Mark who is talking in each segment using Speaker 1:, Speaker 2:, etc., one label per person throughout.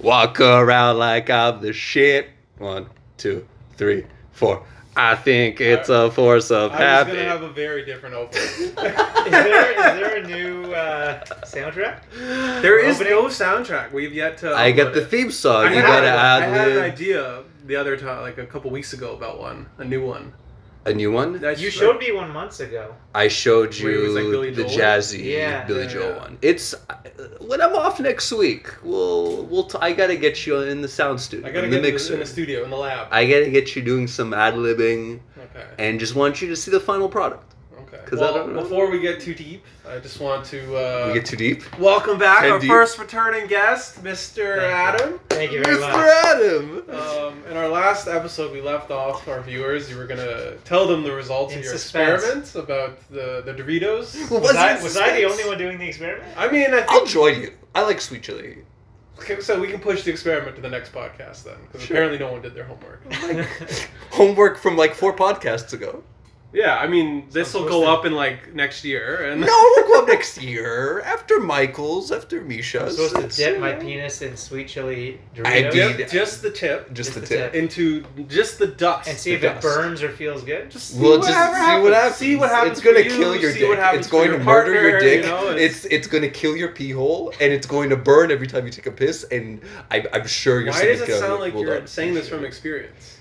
Speaker 1: Walk around like I'm the shit. One, two, three, four. I think it's a force
Speaker 2: I was
Speaker 1: of
Speaker 2: gonna
Speaker 1: habit.
Speaker 2: have a very different opening.
Speaker 3: Is there, is there a new uh, soundtrack?
Speaker 4: There is
Speaker 3: Opening?
Speaker 4: no soundtrack. We've yet to.
Speaker 1: I
Speaker 4: upload
Speaker 1: get the
Speaker 4: it.
Speaker 1: theme song.
Speaker 4: I
Speaker 1: you
Speaker 4: had-
Speaker 1: gotta
Speaker 4: I had an
Speaker 1: add
Speaker 4: idea the other time, like a couple weeks ago, about one, a new one.
Speaker 1: a new one.
Speaker 4: That's
Speaker 3: You
Speaker 4: like-
Speaker 3: showed me one months ago.
Speaker 1: I showed
Speaker 4: Wait, it
Speaker 1: you
Speaker 4: was like Billy
Speaker 1: the
Speaker 4: Joel?
Speaker 1: jazzy
Speaker 3: Yeah,
Speaker 1: Billy
Speaker 4: yeah,
Speaker 1: Joel
Speaker 4: yeah.
Speaker 1: one. It's uh, when I'm off next week. We'll we'll. T- I gotta get you in the sound studio.
Speaker 4: I gotta
Speaker 1: in
Speaker 4: get
Speaker 1: the
Speaker 4: in the,
Speaker 1: mixer.
Speaker 4: in the studio in the lab.
Speaker 1: I gotta get you doing some ad libbing
Speaker 4: okay.
Speaker 1: and just want you to see the final product.
Speaker 4: Okay.
Speaker 1: 'Cause I
Speaker 4: Well,
Speaker 1: don't know.
Speaker 4: before we get too deep, I just want to uh,
Speaker 1: we get too deep.
Speaker 4: welcome back
Speaker 1: Ten
Speaker 4: our
Speaker 1: deep.
Speaker 4: first returning guest, Mr.
Speaker 3: Thank you.
Speaker 4: Adam.
Speaker 3: Thank you very
Speaker 1: Mr.
Speaker 3: much.
Speaker 1: Adam.
Speaker 4: Um, in our last episode, we left off our viewers. You were gonna tell them the results
Speaker 3: In
Speaker 4: of your
Speaker 3: suspense.
Speaker 4: experiments about the the Doritos.
Speaker 1: Well,
Speaker 3: Was,
Speaker 1: Wasn't
Speaker 3: I,
Speaker 1: it
Speaker 3: was I the
Speaker 1: suspense?
Speaker 3: only one doing the experiment?
Speaker 4: I mean, I
Speaker 1: I'll
Speaker 4: think
Speaker 1: join you. I like sweet chili.
Speaker 4: okay, so. We can push the experiment to the next podcast then, because
Speaker 1: Sure.
Speaker 4: apparently no one did their homework.
Speaker 1: Homework from like four podcasts ago.
Speaker 4: Yeah, I mean, this will
Speaker 3: Sounds
Speaker 4: go
Speaker 3: twisted.
Speaker 4: up in like next year, and
Speaker 1: No, we'll go up next year after Michael's, after Misha's.
Speaker 3: I'm supposed
Speaker 1: It's,
Speaker 3: to dip
Speaker 1: you
Speaker 3: my
Speaker 1: know.
Speaker 3: penis in sweet chili Doritos
Speaker 1: I did.
Speaker 4: Dip just the tip
Speaker 1: Just
Speaker 3: Just
Speaker 1: the
Speaker 3: the
Speaker 1: tip.
Speaker 3: tip.
Speaker 4: into just see
Speaker 3: and
Speaker 4: dust.
Speaker 3: see if
Speaker 1: the
Speaker 3: it
Speaker 1: dust.
Speaker 3: burns or feels good.
Speaker 4: Just
Speaker 1: We'll just
Speaker 4: whatever
Speaker 1: see what happens.
Speaker 4: See what happens.
Speaker 1: It's gonna
Speaker 4: for you,
Speaker 1: kill your
Speaker 4: see
Speaker 1: dick.
Speaker 4: What happens
Speaker 1: It's going
Speaker 4: for
Speaker 1: to
Speaker 4: your
Speaker 1: murder
Speaker 4: partner,
Speaker 1: your dick.
Speaker 4: You know,
Speaker 1: it's it's going to kill your pee hole, and it's going to burn every time you take a piss. And I, I'm sure you're.
Speaker 4: Why does it sound like you're saying this from experience?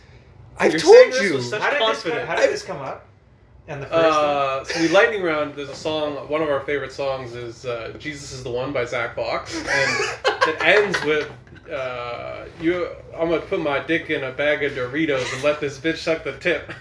Speaker 1: I've
Speaker 4: you're saying
Speaker 1: told
Speaker 4: this
Speaker 1: you.
Speaker 4: with such-
Speaker 3: How did, this come,
Speaker 4: confident.
Speaker 3: how
Speaker 1: I-
Speaker 3: did this come up? And the first one?
Speaker 4: Uh, so the lightning round. There's a song. One of our favorite songs is uh, "Jesus Is the One" by Zach Box, and it ends with uh, "You, I'm gonna put my dick in a bag of Doritos and let this bitch suck the tip,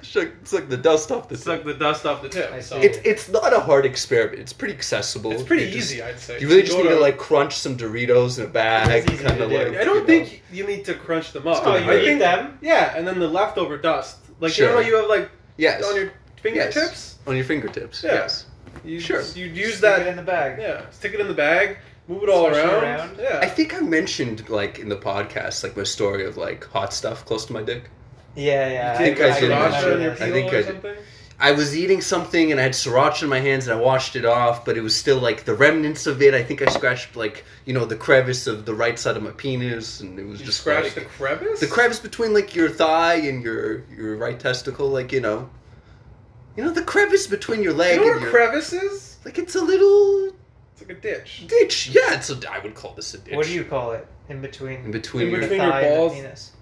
Speaker 1: Suck, suck the dust off the.
Speaker 4: suck the dust off the
Speaker 3: I
Speaker 4: tip." So
Speaker 3: see.
Speaker 4: it's,
Speaker 1: It's it's not a hard experiment. It's pretty accessible.
Speaker 4: pretty
Speaker 1: You just-
Speaker 4: easy, I'd say.
Speaker 1: You really just
Speaker 4: Go
Speaker 1: need to like crunch some Doritos in a bag,
Speaker 3: It's easy
Speaker 1: kind
Speaker 3: to
Speaker 1: of
Speaker 3: do.
Speaker 1: like.
Speaker 4: I
Speaker 1: you
Speaker 4: don't
Speaker 1: know.
Speaker 4: think you need to crunch them up.
Speaker 3: oh,
Speaker 4: I
Speaker 3: you eat
Speaker 4: think
Speaker 3: them?
Speaker 4: yeah, and then the leftover dust, like you know,
Speaker 1: Sure.
Speaker 4: how you have like
Speaker 1: Yes.
Speaker 4: on your fingertips.
Speaker 1: On your fingertips.
Speaker 4: Yeah.
Speaker 1: Yes.
Speaker 4: You,
Speaker 1: Sure.
Speaker 4: You'd use
Speaker 3: Stick
Speaker 4: that.
Speaker 3: it in the bag.
Speaker 4: Yeah. Stick it in the bag. Move it all
Speaker 3: Swish it
Speaker 4: around.
Speaker 3: around.
Speaker 4: Yeah.
Speaker 1: I think I mentioned like in the podcast like my story of like hot stuff close to my dick.
Speaker 3: Yeah, yeah.
Speaker 4: You
Speaker 1: think
Speaker 4: take
Speaker 1: I did.
Speaker 3: remember
Speaker 4: sriracha in your
Speaker 3: this.
Speaker 1: I
Speaker 4: peel
Speaker 1: think
Speaker 4: or
Speaker 1: I did.
Speaker 4: something?
Speaker 1: I was eating something and I had sriracha in my hands and I washed it off, but it was still like the remnants of it. I think I scratched like you know the crevice of the right side of my penis, and it was
Speaker 4: You
Speaker 1: just
Speaker 4: scratched the
Speaker 1: like,
Speaker 4: crevice.
Speaker 1: the crevice between like your thigh and your your right testicle, like you know, you know the crevice between your leg
Speaker 4: You know what
Speaker 1: and
Speaker 4: a
Speaker 1: your
Speaker 4: crevice is?
Speaker 1: like it's a little
Speaker 4: It's like a ditch.
Speaker 1: ditch. Yeah, it's a I would call this a ditch.
Speaker 3: What do you call it? In between,
Speaker 1: in between,
Speaker 4: In
Speaker 3: the
Speaker 1: your
Speaker 4: between your
Speaker 3: thigh and
Speaker 4: balls?
Speaker 3: the penis.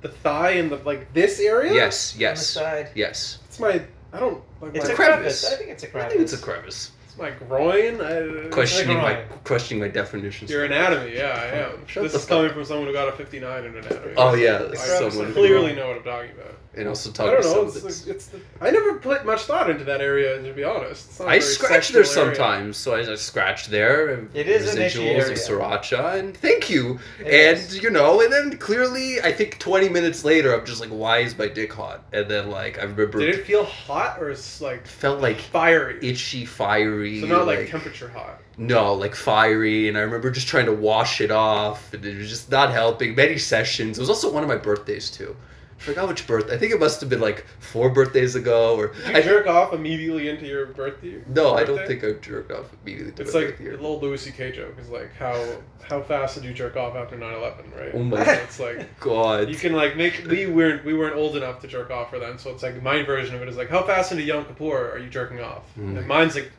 Speaker 4: The thigh and the like this area.
Speaker 1: yes,
Speaker 3: On the
Speaker 1: yes,
Speaker 3: side.
Speaker 1: yes.
Speaker 4: It's my. I don't. Like
Speaker 3: It's
Speaker 4: my,
Speaker 3: a
Speaker 1: crevice.
Speaker 3: crevice. I think it's a
Speaker 1: I
Speaker 3: crevice.
Speaker 1: think it's a crevice.
Speaker 4: It's my groin. I,
Speaker 1: Questioning my
Speaker 3: groin.
Speaker 1: questioning my definitions.
Speaker 4: Your anatomy. Yeah, I am.
Speaker 1: Shut
Speaker 4: this
Speaker 1: the
Speaker 4: is
Speaker 1: fuck
Speaker 4: coming from someone who got a 59 in anatomy.
Speaker 1: Oh yeah,
Speaker 4: I
Speaker 1: someone who-
Speaker 4: clearly know what I'm talking about.
Speaker 1: and also
Speaker 4: I
Speaker 1: talking
Speaker 4: don't
Speaker 1: to
Speaker 4: know.
Speaker 1: someone
Speaker 4: It's,
Speaker 1: that's-
Speaker 4: like, it's the, I never put much thought into that area, to be honest. It's not a
Speaker 1: I
Speaker 4: very
Speaker 1: scratch there
Speaker 4: sexual area.
Speaker 1: sometimes, so I, I scratch there. and
Speaker 3: It is an itchy
Speaker 1: residuals
Speaker 3: area.
Speaker 1: of sriracha, and thank you.
Speaker 3: It
Speaker 1: and
Speaker 3: is.
Speaker 1: you know, and then clearly, I think twenty minutes later, I'm just like, why is my dick hot? And then like I remember
Speaker 4: Did
Speaker 1: it,
Speaker 4: it feel hot or is like
Speaker 1: felt like
Speaker 4: fiery?
Speaker 1: itchy, fiery.
Speaker 4: so not like, temperature hot.
Speaker 1: no, like fiery, and I remember just trying to wash it off, and it was just not helping. Many sessions. It was also one of my birthdays too. I forgot which birthday. I think it must have been like four birthdays ago, or
Speaker 4: Did you
Speaker 1: I,
Speaker 4: jerk off immediately into your birth year?
Speaker 1: no, I don't
Speaker 4: birthday?
Speaker 1: think I jerked off immediately. to
Speaker 4: It's
Speaker 1: my
Speaker 4: like
Speaker 1: birth year.
Speaker 4: a little Louis C.K. joke is like how how fast did you jerk off after 9-11, right?
Speaker 1: Oh my
Speaker 4: So it's like
Speaker 1: god.
Speaker 4: you can like make we weren't we weren't old enough to jerk off for then, so it's like my version of it is like how fast into Yom Kippur are you jerking off?
Speaker 1: Mm.
Speaker 4: And mine's like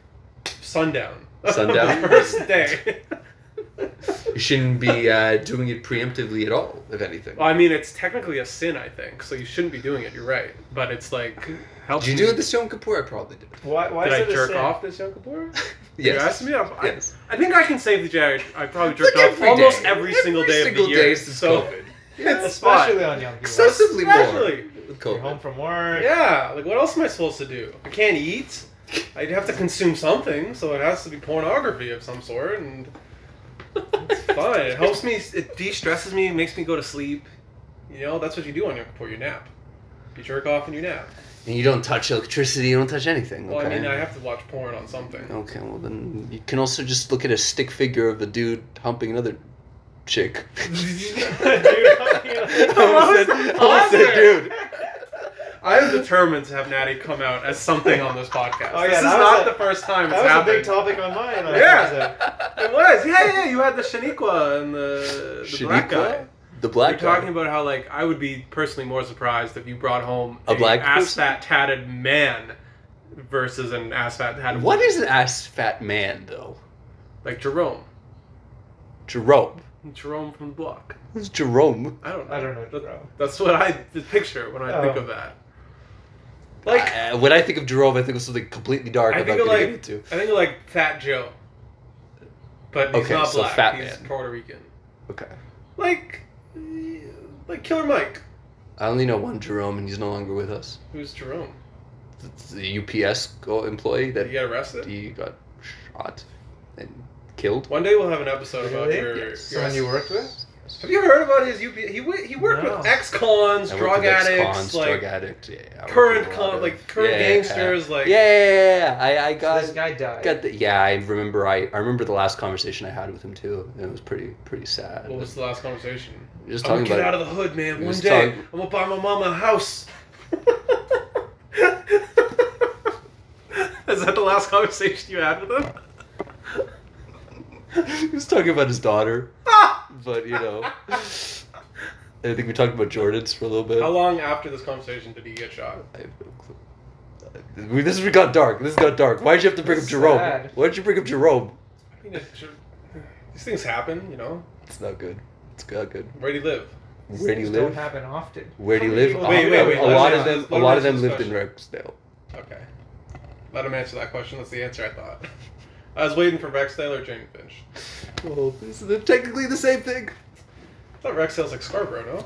Speaker 4: sundown.
Speaker 1: Sundown?
Speaker 4: The first day.
Speaker 1: You shouldn't be uh, doing it preemptively at all, if anything.
Speaker 4: Well, I mean, it's technically a sin, I think, so you shouldn't be doing it. You're right, but it's like, helps
Speaker 1: Did you
Speaker 4: me.
Speaker 1: do it this Yom Kippur? I probably did.
Speaker 3: Why, why
Speaker 4: Did
Speaker 3: is
Speaker 4: I
Speaker 3: it a
Speaker 4: jerk
Speaker 3: sin?
Speaker 4: off this Yom Kippur? You
Speaker 1: Yes.
Speaker 4: asked me. I,
Speaker 1: Yes.
Speaker 4: I, I think I can save the day. I probably jerked
Speaker 1: Like
Speaker 4: off
Speaker 1: every
Speaker 4: almost
Speaker 1: day.
Speaker 4: every single day
Speaker 1: single
Speaker 4: of the year.
Speaker 1: day since
Speaker 4: so
Speaker 1: COVID.
Speaker 4: it's fine.
Speaker 3: Especially on young people.
Speaker 1: Excessively more.
Speaker 4: Especially.
Speaker 1: With
Speaker 3: You're home
Speaker 1: COVID.
Speaker 3: from work.
Speaker 4: Yeah. Like, what else am I supposed to do? I can't eat. I'd have to consume something, so it has to be pornography of some sort, and it's fine. It helps me. It de-stresses me. Makes me go to sleep. You know, that's what you do on your before you nap. You jerk off and you nap.
Speaker 1: And you don't touch electricity, you don't touch anything.
Speaker 4: Well,
Speaker 1: okay? Oh.
Speaker 4: I mean, I have to watch porn on something.
Speaker 1: Okay, well then you can also just look at a stick figure of a dude humping another chick.
Speaker 3: Dude, humping another-
Speaker 1: I almost said, I almost said dude.
Speaker 4: I am determined to have Natty come out as something on this podcast.
Speaker 3: Oh, yeah,
Speaker 4: this is
Speaker 3: that was
Speaker 4: not
Speaker 3: a-
Speaker 4: the first time it's
Speaker 3: That was a big
Speaker 4: happened.
Speaker 3: topic on mine. last
Speaker 4: Yeah.
Speaker 3: episode.
Speaker 4: it was. Yeah, yeah. You had the Shaniqua and the, the black
Speaker 1: Shaniqua?
Speaker 4: guy.
Speaker 1: The black
Speaker 4: You're
Speaker 1: guy.
Speaker 4: talking about how like I would be personally more surprised if you brought home
Speaker 1: A black
Speaker 4: ass
Speaker 1: person?
Speaker 4: fat tatted man versus an ass fat tatted.
Speaker 1: what
Speaker 4: woman.
Speaker 1: is an ass fat man though?
Speaker 4: like Jerome?
Speaker 1: Jerome.
Speaker 4: Jerome from the block.
Speaker 1: Who's Jerome?
Speaker 4: I don't. Know.
Speaker 3: I don't know,
Speaker 4: That-
Speaker 3: Jerome.
Speaker 4: That's what I picture when I think
Speaker 3: Oh.
Speaker 4: of that. Like
Speaker 1: Uh, when I think of Jerome, I think of something completely dark.
Speaker 4: I
Speaker 1: I'm
Speaker 4: think
Speaker 1: not
Speaker 4: of
Speaker 1: gonna
Speaker 4: like
Speaker 1: get into.
Speaker 4: I think of like Fat Joe, but he's
Speaker 1: Okay,
Speaker 4: not
Speaker 1: so
Speaker 4: black.
Speaker 1: Fat
Speaker 4: he's
Speaker 1: Man.
Speaker 4: Puerto Rican.
Speaker 1: Okay.
Speaker 4: Like, eh, like Killer Mike,
Speaker 1: I only know one Jerome, and he's no longer with us.
Speaker 4: who's Jerome.
Speaker 1: It's the UPS go- employee
Speaker 4: Did
Speaker 1: that
Speaker 4: he get arrested?
Speaker 1: he got shot and killed.
Speaker 4: One day we'll have an episode about
Speaker 3: Really?
Speaker 4: your.
Speaker 1: Yes.
Speaker 4: your-
Speaker 3: Someone you worked with?
Speaker 4: Have you heard about his UP? He wa- he worked
Speaker 3: No.
Speaker 4: with ex-cons,
Speaker 1: I worked
Speaker 4: drug
Speaker 1: with
Speaker 4: addicts,
Speaker 1: ex-cons,
Speaker 4: like
Speaker 1: drug addict, yeah, I
Speaker 4: current
Speaker 1: worked with a lot
Speaker 4: con,
Speaker 1: of-
Speaker 4: like current
Speaker 1: yeah,
Speaker 4: gangsters,
Speaker 1: Yeah,
Speaker 4: like
Speaker 1: yeah, yeah, yeah. I, I
Speaker 3: So
Speaker 1: got
Speaker 3: this guy died.
Speaker 1: got the, yeah. I remember I, I remember the last conversation I had with him too, and it was pretty pretty sad.
Speaker 4: What was the last conversation?
Speaker 1: Just
Speaker 4: I'm gonna
Speaker 1: talking
Speaker 4: get out
Speaker 1: about
Speaker 4: of the hood, man.
Speaker 1: We
Speaker 4: One
Speaker 1: was
Speaker 4: day
Speaker 1: talking-
Speaker 4: I'm gonna buy my mama a house. Is that the last conversation you had with him?
Speaker 1: he was talking about his daughter,
Speaker 4: Ah!
Speaker 1: but you know, I think we talked about Jordans for a little bit.
Speaker 4: How long after this conversation did he get shot?
Speaker 1: I have no clue. We, this is we got dark. This got dark. Why'd you have to bring up
Speaker 3: That's
Speaker 1: Jerome?
Speaker 3: sad.
Speaker 1: Why'd you bring up Jerome?
Speaker 4: I mean, it should... these things happen, you know.
Speaker 1: It's not good. It's not good.
Speaker 4: Where do you live?
Speaker 3: These
Speaker 1: Where do you
Speaker 3: things
Speaker 1: live?
Speaker 3: Don't happen often.
Speaker 1: Where do you
Speaker 3: How
Speaker 1: live?
Speaker 3: many people-
Speaker 4: Wait,
Speaker 1: Uh,
Speaker 4: wait, wait,
Speaker 1: A
Speaker 4: let
Speaker 1: lot of
Speaker 4: me ask
Speaker 1: them.
Speaker 4: this-
Speaker 1: A
Speaker 4: let me
Speaker 1: lot
Speaker 4: ask
Speaker 1: of them
Speaker 4: this
Speaker 1: lived in
Speaker 4: question.
Speaker 1: Rexdale.
Speaker 4: Okay, let him answer that question. That's the answer I thought. I was waiting for Rex Taylor or Jane Finch.
Speaker 1: Well, Oh, this is technically the same thing.
Speaker 4: I thought Rex Taylor's like Scarborough,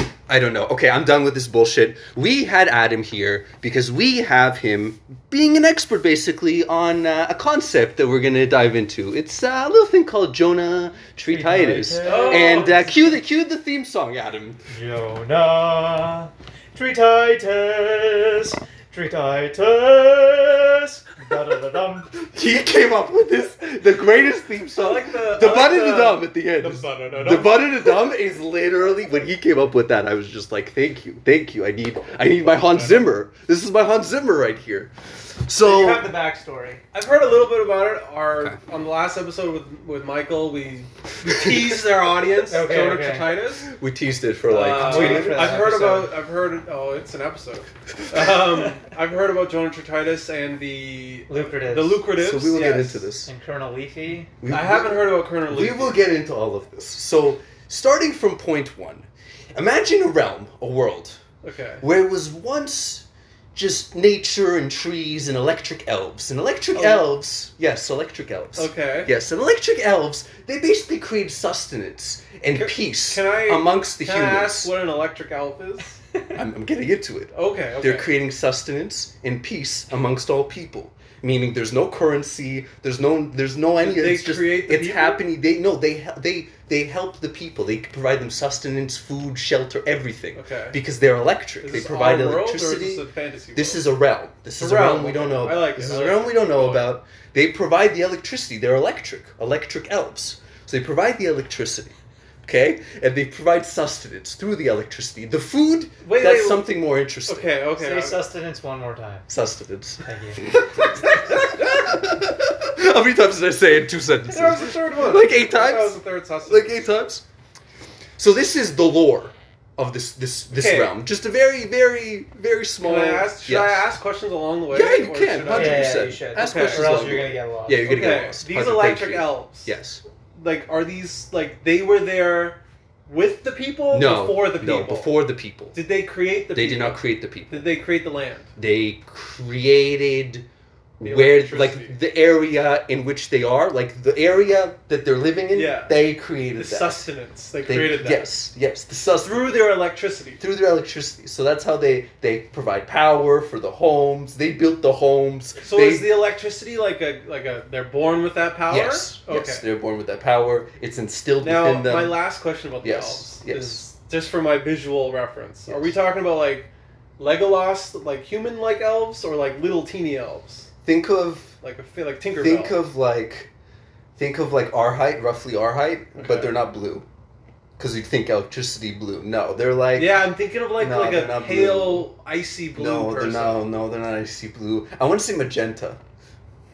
Speaker 4: no?
Speaker 1: I don't know. Okay, I'm done with this bullshit. We had Adam here because we have him being an expert basically on uh, a concept that we're going to dive into. It's uh, a little thing called Jonah Tretitis.
Speaker 3: Tretitis.
Speaker 4: Oh,
Speaker 1: And uh, cue the cue the theme song, Adam.
Speaker 3: Jonah, Tretitus, Tretitus, da da da dum.
Speaker 1: He came up with this the greatest theme song.
Speaker 4: I like the-
Speaker 1: the
Speaker 4: I like
Speaker 1: button
Speaker 4: the-
Speaker 1: to dumb at the end.
Speaker 4: the
Speaker 1: is-
Speaker 4: button to
Speaker 1: the
Speaker 4: dumb.
Speaker 1: button to dumb is literally when he came up with that. I was just like, thank you, thank you. I need I need my Hans Zimmer. This is my Hans Zimmer right here.
Speaker 3: You
Speaker 1: So
Speaker 3: have the backstory.
Speaker 4: I've heard a little bit about it. Our
Speaker 1: Okay.
Speaker 4: on the last episode with with Michael, we teased our audience.
Speaker 3: Okay,
Speaker 4: Jonah
Speaker 3: okay.
Speaker 4: Tretitis.
Speaker 1: we teased it for
Speaker 4: Uh,
Speaker 1: like. two
Speaker 3: waiting
Speaker 1: minutes.
Speaker 3: for that
Speaker 4: I've heard
Speaker 3: episode.
Speaker 4: about. I've heard. Oh, it's an episode. Um, I've heard about Jonah Tretitis and the
Speaker 3: Lucratives.
Speaker 4: the lucratives.
Speaker 1: so we will get
Speaker 4: yes.
Speaker 1: into this.
Speaker 3: And Colonel Leafy.
Speaker 1: We-
Speaker 4: I haven't heard about Colonel.
Speaker 1: We
Speaker 4: Leafy.
Speaker 1: will get into all of this. So starting from point one, imagine a realm, a world
Speaker 4: Okay.
Speaker 1: where it was once just nature and trees and electric elves. And electric
Speaker 4: Oh.
Speaker 1: elves, yes, electric elves.
Speaker 4: Okay.
Speaker 1: Yes, and electric elves, they basically create sustenance and
Speaker 4: Can-
Speaker 1: peace
Speaker 4: can I-
Speaker 1: amongst the
Speaker 4: Can
Speaker 1: humans.
Speaker 4: I ask what an electric elf is?
Speaker 1: I'm, I'm getting into it.
Speaker 4: Okay. Okay.
Speaker 1: They're creating sustenance and peace amongst all people. Meaning, there's no currency. There's no. There's no any.
Speaker 4: They
Speaker 1: it's just.
Speaker 4: create the
Speaker 1: it's
Speaker 4: people?
Speaker 1: happening. They no. They hel- they they help the people. They provide them sustenance, food, shelter, everything.
Speaker 4: Okay.
Speaker 1: Because they're electric.
Speaker 4: Is
Speaker 1: they
Speaker 4: this
Speaker 1: provide
Speaker 4: our world, or is
Speaker 1: electricity.
Speaker 4: this a fantasy
Speaker 1: This
Speaker 4: world?
Speaker 1: is a realm. This
Speaker 4: A
Speaker 1: is a realm,
Speaker 4: realm,
Speaker 1: we don't
Speaker 4: okay.
Speaker 1: know.
Speaker 4: I like
Speaker 1: this is
Speaker 4: it. I
Speaker 1: a
Speaker 4: like
Speaker 1: realm
Speaker 4: it.
Speaker 1: we don't know
Speaker 4: Oh.
Speaker 1: about. They provide the electricity. They're electric, electric elves. So they provide the electricity, okay, and they provide sustenance through the electricity. The food
Speaker 4: Wait,
Speaker 1: that's
Speaker 4: wait,
Speaker 1: something more interesting.
Speaker 4: Okay. Okay.
Speaker 3: Say
Speaker 4: I-
Speaker 3: sustenance one more time.
Speaker 1: Sustenance.
Speaker 3: Thank you.
Speaker 1: How many times did I say it in two sentences?
Speaker 4: That was the third one.
Speaker 1: Like eight times?
Speaker 4: That was the third sausage.
Speaker 1: like eight times. So this is the lore of this this this
Speaker 4: Okay.
Speaker 1: realm. Just a very very very small.
Speaker 4: Can I ask, should
Speaker 1: Yes.
Speaker 4: I ask questions along the way?
Speaker 1: Yeah, you
Speaker 4: or
Speaker 1: can,
Speaker 4: should
Speaker 1: Yeah,
Speaker 4: I-
Speaker 1: 100%.
Speaker 3: Yeah, yeah, you should.
Speaker 1: Ask
Speaker 4: Okay.
Speaker 1: questions
Speaker 3: Or else
Speaker 1: along
Speaker 3: you're
Speaker 1: the
Speaker 3: gonna
Speaker 1: way.
Speaker 3: get lost.
Speaker 1: Yeah, you're gonna get
Speaker 4: Okay.
Speaker 1: lost.
Speaker 4: These
Speaker 1: 100,
Speaker 4: electric
Speaker 1: thank you.
Speaker 4: elves.
Speaker 1: Yes.
Speaker 4: Like, are these like they were there with the people?
Speaker 1: No.
Speaker 4: Before the people.
Speaker 1: No, before the people.
Speaker 4: Did they create the?
Speaker 1: they did
Speaker 4: people?
Speaker 1: not create the people.
Speaker 4: Did they create the land?
Speaker 1: They created
Speaker 4: The
Speaker 1: where
Speaker 4: electricity.
Speaker 1: like the area in which they are, like the area that they're living in.
Speaker 4: Yeah.
Speaker 1: They
Speaker 4: The
Speaker 1: created that.
Speaker 4: sustenance. They,
Speaker 1: They-
Speaker 4: created that.
Speaker 1: Yes, yes. The sus
Speaker 4: Through their electricity.
Speaker 1: through their electricity. So that's how they they provide power for the homes. They built the homes.
Speaker 4: So
Speaker 1: they,
Speaker 4: is the electricity like a like a they're born with that power?
Speaker 1: Yes,
Speaker 4: Okay.
Speaker 1: yes, they're born with that power. It's instilled
Speaker 4: Now,
Speaker 1: within them.
Speaker 4: my last question about the
Speaker 1: Yes,
Speaker 4: elves
Speaker 1: yes.
Speaker 4: is just for my visual reference. Are
Speaker 1: Yes.
Speaker 4: we talking about like Legolas, like human-like elves, or like little teeny elves,
Speaker 1: think of
Speaker 4: like a fi- like Tinkerbell?
Speaker 1: think of like think of like our height, roughly our height,
Speaker 4: Okay.
Speaker 1: but they're not blue. because you'd think electricity blue. No, they're like
Speaker 4: yeah, I'm thinking of like
Speaker 1: No,
Speaker 4: like
Speaker 1: they're
Speaker 4: a
Speaker 1: not blue.
Speaker 4: pale, icy blue
Speaker 1: No, they're
Speaker 4: person.
Speaker 1: not. No, they're not icy blue. I want to say magenta.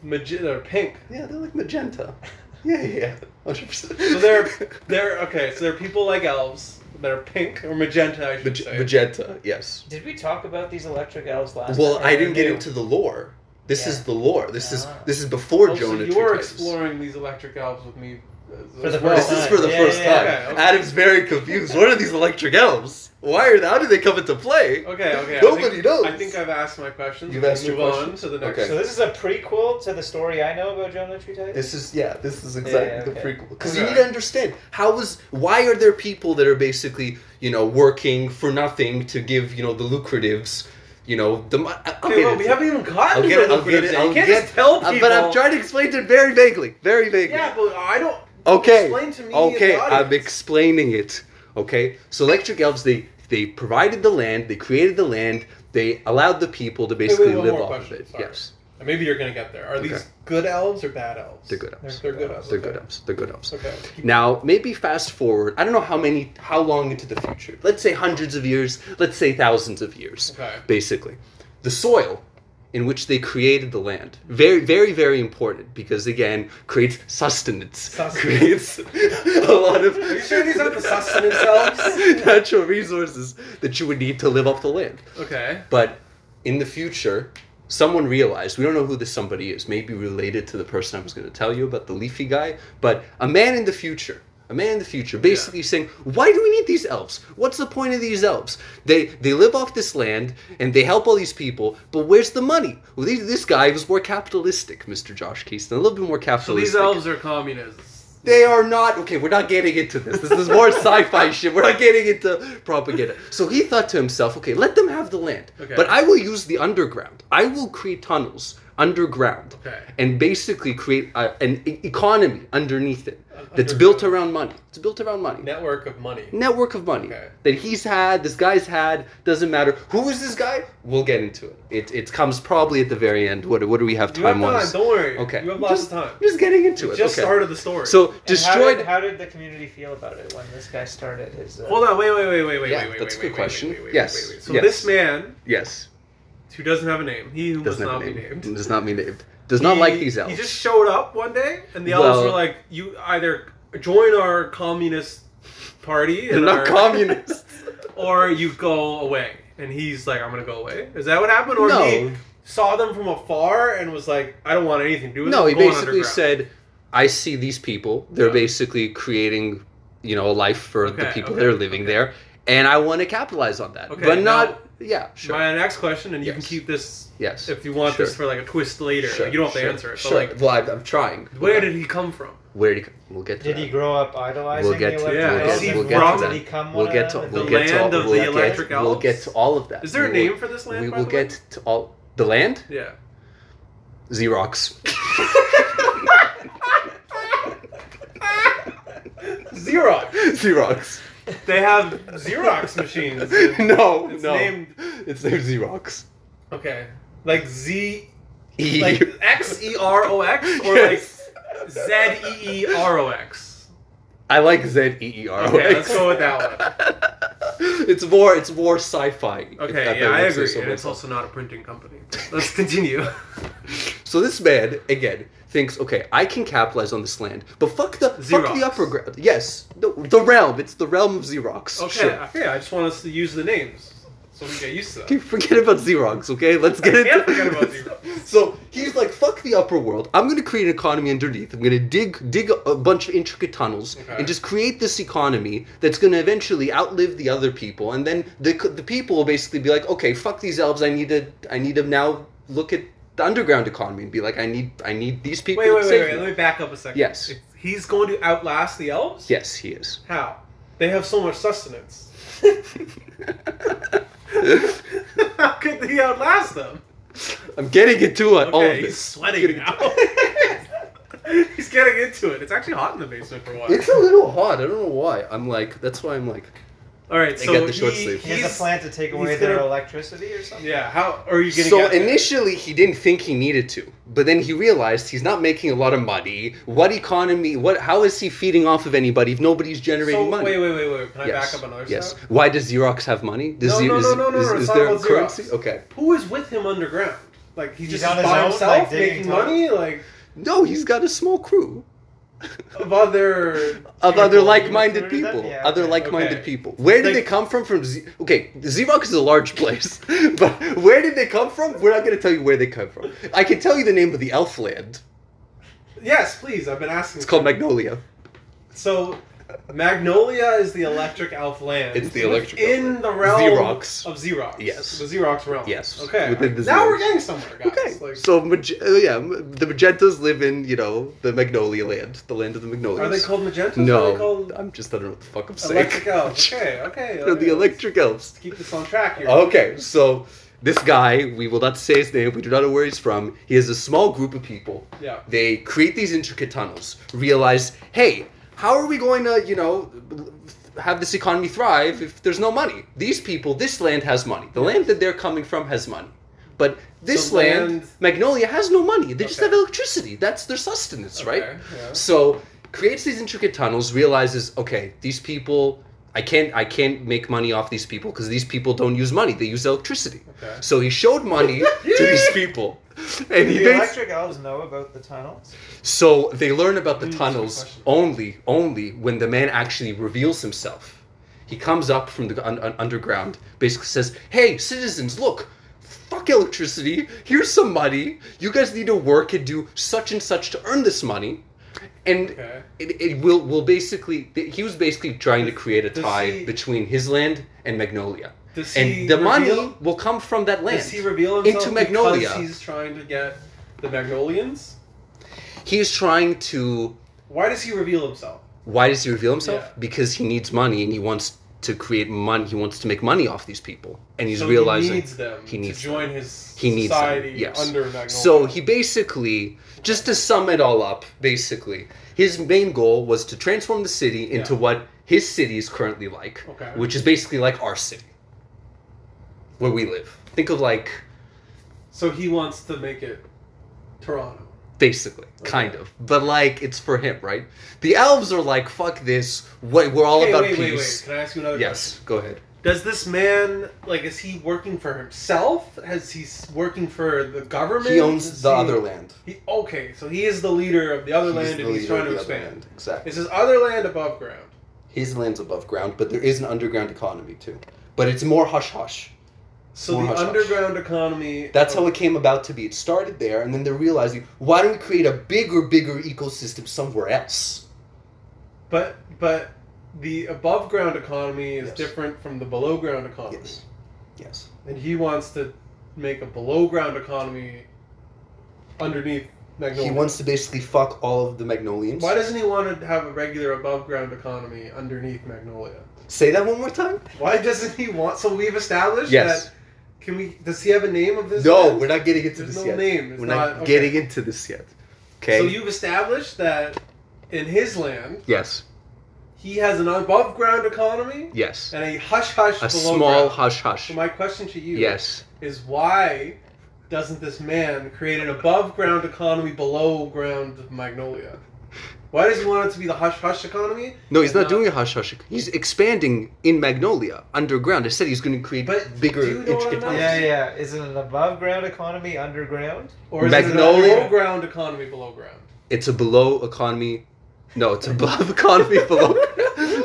Speaker 4: Magenta or pink.
Speaker 1: Yeah, they're like magenta. Yeah, yeah, yeah, hundred percent.
Speaker 4: So they're they're okay. So they're people like elves that are pink or magenta. I should
Speaker 1: Mag-
Speaker 4: say.
Speaker 1: magenta. Yes.
Speaker 3: Did we talk about these electric elves last?
Speaker 1: Well,
Speaker 3: time?
Speaker 1: I didn't get
Speaker 3: knew.
Speaker 1: into the lore. This
Speaker 3: Yeah.
Speaker 1: is the lore. This is
Speaker 3: Ah.
Speaker 1: this is before
Speaker 4: Oh, so
Speaker 1: Jonah.
Speaker 4: you
Speaker 1: Tree
Speaker 4: were
Speaker 1: Titans.
Speaker 4: exploring these electric elves with me. uh,
Speaker 3: For the
Speaker 1: This
Speaker 3: first
Speaker 1: is
Speaker 3: time.
Speaker 1: for the
Speaker 3: Yeah,
Speaker 1: first
Speaker 3: yeah, yeah.
Speaker 1: time.
Speaker 4: Okay, okay.
Speaker 1: Adam's very confused. What are these electric elves? Why are they, how do they come into play?
Speaker 4: Okay, okay. I
Speaker 1: Nobody
Speaker 4: think,
Speaker 1: knows.
Speaker 4: I think I've asked my questions.
Speaker 1: You've
Speaker 4: We can
Speaker 1: asked your
Speaker 4: move
Speaker 1: question.
Speaker 4: on to the next.
Speaker 1: Okay.
Speaker 3: So this is a prequel to the story I know about Jonah Tree Titans.
Speaker 1: This is yeah. This is
Speaker 3: Yeah,
Speaker 1: exactly
Speaker 3: okay.
Speaker 1: the prequel because you
Speaker 4: Okay.
Speaker 1: need to understand how was why are there people that are basically you know working for nothing to give you know the lucratives you know the mo- I- I'll
Speaker 4: Okay,
Speaker 1: get
Speaker 4: well,
Speaker 1: into
Speaker 4: we
Speaker 1: it.
Speaker 4: haven't even
Speaker 1: I'll
Speaker 4: gotten
Speaker 1: get
Speaker 4: to
Speaker 1: it.
Speaker 4: the
Speaker 1: I'll get it.
Speaker 4: lucrative thing.
Speaker 1: I'll
Speaker 4: You can't
Speaker 1: get
Speaker 4: just tell
Speaker 1: uh,
Speaker 4: people.
Speaker 1: But I've tried to explain it very vaguely, very vaguely.
Speaker 4: Yeah, but I don't.
Speaker 1: Okay.
Speaker 4: Explain to me.
Speaker 1: Okay,
Speaker 4: the
Speaker 1: I'm
Speaker 4: audience.
Speaker 1: explaining it. Okay, so electric elves they they provided the land, they created the land, they allowed the people to
Speaker 4: wait,
Speaker 1: basically
Speaker 4: one
Speaker 1: live
Speaker 4: more
Speaker 1: off
Speaker 4: question.
Speaker 1: of it.
Speaker 4: Sorry.
Speaker 1: Yes,
Speaker 4: Maybe you're gonna get there. Are
Speaker 1: Okay.
Speaker 4: these good elves or bad elves?
Speaker 1: they're good elves.
Speaker 4: They're good elves.
Speaker 1: They're
Speaker 4: okay.
Speaker 1: good elves. They're good elves.
Speaker 4: Okay.
Speaker 1: Now, maybe fast forward. I don't know how many, how long into the future. Let's say hundreds of years. Let's say thousands of years.
Speaker 4: Okay.
Speaker 1: Basically, the soil in which they created the land very, very, very important because again creates sustenance.
Speaker 4: Sustenance.
Speaker 1: Creates a lot of.
Speaker 4: Are you sure these aren't the sustenance elves?
Speaker 1: Natural resources that you would need to live off the land.
Speaker 4: Okay.
Speaker 1: But in the future, someone realized we don't know who this somebody is, maybe related to the person I was going to tell you about, the leafy guy, but a man in the future. A man in the future, basically saying, "Why do we need these elves? What's the point of these elves? They they live off this land and they help all these people, but where's the money? Well, these, this guy was more capitalistic, Mr. Josh Keaston, a little bit more
Speaker 4: So
Speaker 1: capitalistic.
Speaker 4: these elves are communists.
Speaker 1: They are not okay. We're not getting into this. This is more sci-fi shit. We're not getting into propaganda. So he thought to himself, okay, let them have the land,
Speaker 4: Okay.
Speaker 1: but I will use the underground. I will create tunnels underground,
Speaker 4: Okay.
Speaker 1: and basically create a, an e- economy underneath it that's built
Speaker 4: underground.
Speaker 1: around money. It's built around money.
Speaker 4: Network of money.
Speaker 1: Network of money
Speaker 4: Okay.
Speaker 1: that he's had, this guy's had, doesn't matter. Who is this guy? We'll get into it. It, it comes probably at the very end. What, what do we have
Speaker 4: You have
Speaker 1: time
Speaker 4: time.
Speaker 1: wise?
Speaker 4: Don't worry.
Speaker 1: Okay.
Speaker 4: You have lots
Speaker 1: Just-
Speaker 4: of time.
Speaker 1: Just getting into
Speaker 4: You
Speaker 1: it.
Speaker 4: just
Speaker 1: okay.
Speaker 4: started the story.
Speaker 1: So
Speaker 3: And how did-
Speaker 1: destroyed.
Speaker 3: How did, the community feel about it when this guy started his? Uh,
Speaker 4: Hold on, wait, wait, wait, wait, wait,
Speaker 1: Yeah,
Speaker 4: wait, wait.
Speaker 1: that's a
Speaker 4: wait,
Speaker 1: good
Speaker 4: wait,
Speaker 1: question.
Speaker 4: Wait, wait, wait,
Speaker 1: Yes,
Speaker 4: Wait, wait. So
Speaker 1: yes.
Speaker 4: this man
Speaker 1: Yes.
Speaker 4: who doesn't have a name, he who must
Speaker 1: Doesn't
Speaker 4: not
Speaker 1: have a
Speaker 4: be
Speaker 1: name.
Speaker 4: named,
Speaker 1: Does not mean named. Does not like
Speaker 4: he-
Speaker 1: these elves.
Speaker 4: He just showed up one day, and the elves
Speaker 1: Well-
Speaker 4: were like, "You either join our communist party,
Speaker 1: They're
Speaker 4: and
Speaker 1: not
Speaker 4: our-
Speaker 1: communists.
Speaker 4: or you go away." And he's like, "I'm gonna go away." Is that what happened? Or
Speaker 1: No.
Speaker 4: he saw them from afar and was like, "I don't want anything to do with
Speaker 1: no,
Speaker 4: them."
Speaker 1: he
Speaker 4: going
Speaker 1: basically
Speaker 4: underground."
Speaker 1: said, "I see these people. They're
Speaker 4: Yeah.
Speaker 1: basically creating, you know, a life for the
Speaker 4: Okay,
Speaker 1: people
Speaker 4: okay,
Speaker 1: that are living
Speaker 4: okay.
Speaker 1: there, and I want to capitalize on that,
Speaker 4: Okay,
Speaker 1: but
Speaker 4: now-
Speaker 1: not." yeah. Sure.
Speaker 4: "My next question, and you can
Speaker 1: Yes.
Speaker 4: keep this
Speaker 1: yes.
Speaker 4: if you want
Speaker 1: sure,
Speaker 4: this for like a twist later.
Speaker 1: sure,
Speaker 4: like, you don't have to
Speaker 1: sure,
Speaker 4: answer it,
Speaker 1: Sure.
Speaker 4: but like,
Speaker 1: well, I'm, I'm trying.
Speaker 4: where
Speaker 1: Okay.
Speaker 4: did he come from?"
Speaker 1: where did he, we'll get to
Speaker 3: Did
Speaker 1: that.
Speaker 3: he grow up idolizing
Speaker 1: We'll get
Speaker 3: the
Speaker 1: to
Speaker 3: electric
Speaker 4: Yeah,
Speaker 3: elves?
Speaker 4: is he
Speaker 1: we'll get
Speaker 4: from-
Speaker 1: to
Speaker 4: Did
Speaker 1: that.
Speaker 3: Did he become
Speaker 1: We'll
Speaker 3: one
Speaker 1: get to
Speaker 3: of
Speaker 1: we'll
Speaker 4: the
Speaker 1: get to all,
Speaker 4: land of
Speaker 1: we'll
Speaker 4: the
Speaker 1: get,
Speaker 4: electric
Speaker 1: We'll
Speaker 4: elves?
Speaker 1: get to all of that.
Speaker 4: Is there a
Speaker 1: We
Speaker 4: name
Speaker 1: will-
Speaker 4: for this land?
Speaker 1: We
Speaker 4: by
Speaker 1: will
Speaker 4: the way?
Speaker 1: get to all the land.
Speaker 4: Yeah.
Speaker 1: Xerox.
Speaker 4: Xerox.
Speaker 1: Xerox.
Speaker 4: They have Xerox machines.
Speaker 1: No,
Speaker 4: It's
Speaker 1: no.
Speaker 4: named-
Speaker 1: It's named Xerox.
Speaker 4: Okay. Like Z,
Speaker 1: E.
Speaker 4: like X E R O X, or
Speaker 1: Yes.
Speaker 4: like Z E E R O X.
Speaker 1: I like Z E E R.
Speaker 4: Okay, let's go with that one.
Speaker 1: It's more. It's more sci-fi. if- if
Speaker 4: Okay, yeah, I
Speaker 1: want to say so
Speaker 4: agree. And it's
Speaker 1: myself.
Speaker 4: also not a printing company. Let's continue.
Speaker 1: So this man again thinks, okay, I can capitalize on this land, but fuck the fuck
Speaker 4: Xerox.
Speaker 1: the upper ground. Yes, the, the realm. It's the realm of Xerox.
Speaker 4: Okay,
Speaker 1: Sure.
Speaker 4: okay, I just want us to use the names so we get used to
Speaker 1: Okay,
Speaker 4: them.
Speaker 1: forget about Xerox, okay? Let's get
Speaker 4: I
Speaker 1: into
Speaker 4: can't forget about Xerox.
Speaker 1: So he's like, fuck the upper world. I'm gonna create an economy underneath. I'm gonna dig dig a bunch of intricate tunnels
Speaker 4: Okay.
Speaker 1: and just create this economy that's gonna eventually outlive the other people, and then the c- the people will basically be like, okay, fuck these elves. I need to I need to now look at the underground economy and be like, I need I need these people.
Speaker 4: Wait,
Speaker 1: to
Speaker 4: wait, wait,
Speaker 1: save
Speaker 4: wait.
Speaker 1: me."
Speaker 4: Let me back up a second.
Speaker 1: Yes.
Speaker 4: If He's going to outlast the elves?
Speaker 1: Yes, he is.
Speaker 4: How? They have so much sustenance. How could he outlast them?
Speaker 1: I'm getting into it. all of
Speaker 4: Okay,
Speaker 1: this.
Speaker 4: he's sweating
Speaker 1: Getting-
Speaker 4: now. he's getting into it. It's actually hot in the basement for a while.
Speaker 1: It's a little hot. I don't know why. I'm like, that's why I'm like,
Speaker 4: All right,
Speaker 1: They
Speaker 4: so
Speaker 1: got the short
Speaker 4: he-
Speaker 1: sleeve.
Speaker 3: He has a
Speaker 4: he's-
Speaker 3: plan to take away
Speaker 4: he's
Speaker 3: their
Speaker 4: gonna-
Speaker 3: electricity or something.
Speaker 4: Yeah, how are you gonna
Speaker 1: So
Speaker 4: get there?
Speaker 1: initially, he didn't think he needed to, but then he realized he's not making a lot of money. What economy? What? How is he feeding off of anybody if nobody's generating
Speaker 4: so,
Speaker 1: money?
Speaker 4: Wait, wait, wait, wait. Can I back up another
Speaker 1: yes.
Speaker 4: step?
Speaker 1: Why does Xerox have money? Does
Speaker 4: No,
Speaker 1: Xer-
Speaker 4: no,
Speaker 1: is,
Speaker 4: no, no, no,
Speaker 1: is-
Speaker 4: no,
Speaker 1: is
Speaker 4: it's not
Speaker 1: there a
Speaker 4: about Xerox.
Speaker 1: currency? Okay.
Speaker 4: Who is with him underground? Like he's,
Speaker 3: He's
Speaker 4: just
Speaker 3: on his
Speaker 4: by
Speaker 3: own,
Speaker 4: himself
Speaker 3: like, digging
Speaker 4: making
Speaker 3: tunnels?
Speaker 4: money, like
Speaker 1: No, he's got a small crew
Speaker 4: of other
Speaker 1: of other
Speaker 4: people.
Speaker 1: like-minded
Speaker 3: included that?
Speaker 1: people.
Speaker 3: Yeah,
Speaker 1: other
Speaker 3: okay,
Speaker 1: like-minded
Speaker 4: okay.
Speaker 1: people. Where did
Speaker 4: Like-
Speaker 1: they come from? From Z- okay, Xerox is a large place, but where did they come from? We're not going to tell you where they come from. I can tell you the name of the elf land.
Speaker 4: Yes, please. I've been asking.
Speaker 1: It's called Magnolia.
Speaker 4: So, Magnolia is the electric elf land.
Speaker 1: It's the electric elf
Speaker 4: in
Speaker 1: land.
Speaker 4: the realm
Speaker 1: Xerox.
Speaker 4: of Xerox.
Speaker 1: Yes.
Speaker 4: the Xerox realm.
Speaker 1: Yes.
Speaker 4: Okay.
Speaker 1: Within the
Speaker 4: now
Speaker 1: Xerox.
Speaker 4: we're getting somewhere, guys.
Speaker 1: Okay.
Speaker 4: Like,
Speaker 1: so, mag- uh, yeah, m- the Magentas live in, you know, the Magnolia land, the land of the Magnolias.
Speaker 4: are they called magenta? Are
Speaker 1: No.
Speaker 4: they called
Speaker 1: I'm just, I don't know what the fuck I'm saying.
Speaker 4: electric elf? Okay. Okay.
Speaker 1: They're
Speaker 4: okay,
Speaker 1: the Oh, electric elves.
Speaker 4: Let's keep this on track here.
Speaker 1: Okay, so this guy, we will not say his name, we do not know where he's from. He has a small group of people.
Speaker 4: Yeah.
Speaker 1: They create these intricate tunnels, realize, hey, how are we going to, you know, have this economy thrive if there's no money? These people, this land has money. The land that they're coming from has money. But this
Speaker 4: The
Speaker 1: land,
Speaker 4: land-
Speaker 1: Magnolia, has no money. They just
Speaker 4: Okay.
Speaker 1: have electricity. That's their sustenance, right?
Speaker 4: Okay, yeah.
Speaker 1: So creates these intricate tunnels, realizes, okay, these people I can't I can't make money off these people because these people don't use money, they use electricity.
Speaker 4: Okay.
Speaker 1: So he showed money to these people. And
Speaker 3: Do
Speaker 1: he
Speaker 3: the
Speaker 1: makes,
Speaker 3: electric elves know about the tunnels?
Speaker 1: so they learn about the
Speaker 4: Mm, good
Speaker 1: tunnels
Speaker 4: question.
Speaker 1: only only when the man actually reveals himself. He comes up from the un- un- underground, basically says, "Hey, citizens, look, fuck electricity. Here's some money. You guys need to work and do such and such to earn this money." And
Speaker 4: Okay.
Speaker 1: it, it will will basically he was basically trying to create a
Speaker 4: Does
Speaker 1: tie
Speaker 4: he-
Speaker 1: between his land and Magnolia.
Speaker 4: Does he
Speaker 1: And the money
Speaker 4: reveal-
Speaker 1: will come from that land.
Speaker 4: Does he reveal himself
Speaker 1: into Magnolia.
Speaker 4: because he's trying to get the Magnolians?
Speaker 1: He is trying to
Speaker 4: Why does he reveal himself?
Speaker 1: why does he reveal himself?
Speaker 4: Yeah.
Speaker 1: Because he needs money and he wants to create money. He wants to make money off these people, and he's
Speaker 4: so
Speaker 1: realizing
Speaker 4: he needs them
Speaker 1: he needs
Speaker 4: to join his
Speaker 1: He needs them,
Speaker 4: society
Speaker 1: yes.
Speaker 4: under Magnolia.
Speaker 1: So he basically, just to sum it all up, basically, his main goal was to transform the city into
Speaker 4: Yeah.
Speaker 1: what his city is currently like,
Speaker 4: Okay.
Speaker 1: which is basically like our city, where we live. Think of like
Speaker 4: So he wants to make it Toronto.
Speaker 1: basically, kind of, but like it's for him, right? The elves are like, fuck this. What we're all
Speaker 4: Okay,
Speaker 1: about
Speaker 4: wait, wait, wait.
Speaker 1: peace.
Speaker 4: Can I ask you another question?
Speaker 1: Yes, go ahead.
Speaker 4: Does this man like is he working for himself? Has he s- working for the government?
Speaker 1: He owns
Speaker 4: Is
Speaker 1: the
Speaker 4: he-
Speaker 1: other land.
Speaker 4: He, okay, so he is the leader of the other
Speaker 1: He's
Speaker 4: land
Speaker 1: the
Speaker 4: and he's
Speaker 1: leader
Speaker 4: trying
Speaker 1: of the
Speaker 4: to
Speaker 1: other
Speaker 4: expand.
Speaker 1: land, Exactly.
Speaker 4: Is his other land above ground?
Speaker 1: His land's above ground, but there is an underground economy too. But it's more hush hush.
Speaker 4: So
Speaker 1: More
Speaker 4: the
Speaker 1: hush-hush.
Speaker 4: underground economy
Speaker 1: That's
Speaker 4: of-
Speaker 1: how it came about to be. It started there, and then they're realizing, why don't we create a bigger, bigger ecosystem somewhere else?
Speaker 4: But but the above ground economy is
Speaker 1: Yes.
Speaker 4: different from the below ground economy.
Speaker 1: Yes. Yes.
Speaker 4: And he wants to make a below ground economy underneath Magnolia.
Speaker 1: He wants to basically fuck all of the Magnolians.
Speaker 4: Why doesn't he want to have a regular above ground economy underneath Magnolia?
Speaker 1: Say that one more time.
Speaker 4: Why doesn't he want? So we've established
Speaker 1: Yes.
Speaker 4: that. Can we? Does he have a name of this?
Speaker 1: No,
Speaker 4: land?
Speaker 1: we're not getting into
Speaker 4: There's
Speaker 1: this
Speaker 4: no
Speaker 1: yet.
Speaker 4: name. It's
Speaker 1: We're not
Speaker 4: not- okay.
Speaker 1: getting into this yet. Okay.
Speaker 4: So you've established that in his land
Speaker 1: yes.
Speaker 4: he has an above ground economy
Speaker 1: Yes.
Speaker 4: and a hush hush
Speaker 1: A
Speaker 4: below
Speaker 1: small
Speaker 4: ground.
Speaker 1: hush hush.
Speaker 4: So my question to you
Speaker 1: Yes.
Speaker 4: is why doesn't this man create an above ground economy below ground Magnolia? Why does he want it to be the hush hush economy?
Speaker 1: No, he's
Speaker 4: and
Speaker 1: not doing a hush hush. He's expanding in Magnolia underground. I said he's going to create
Speaker 4: But
Speaker 1: bigger,
Speaker 4: do you know what
Speaker 1: intricate
Speaker 4: I'm
Speaker 1: tunnels.
Speaker 4: asking?
Speaker 3: Yeah, yeah. Is it an above ground economy underground?
Speaker 4: Or is
Speaker 1: Magnolia?
Speaker 4: it a below ground economy below ground?
Speaker 1: It's a below economy. No, it's above economy below.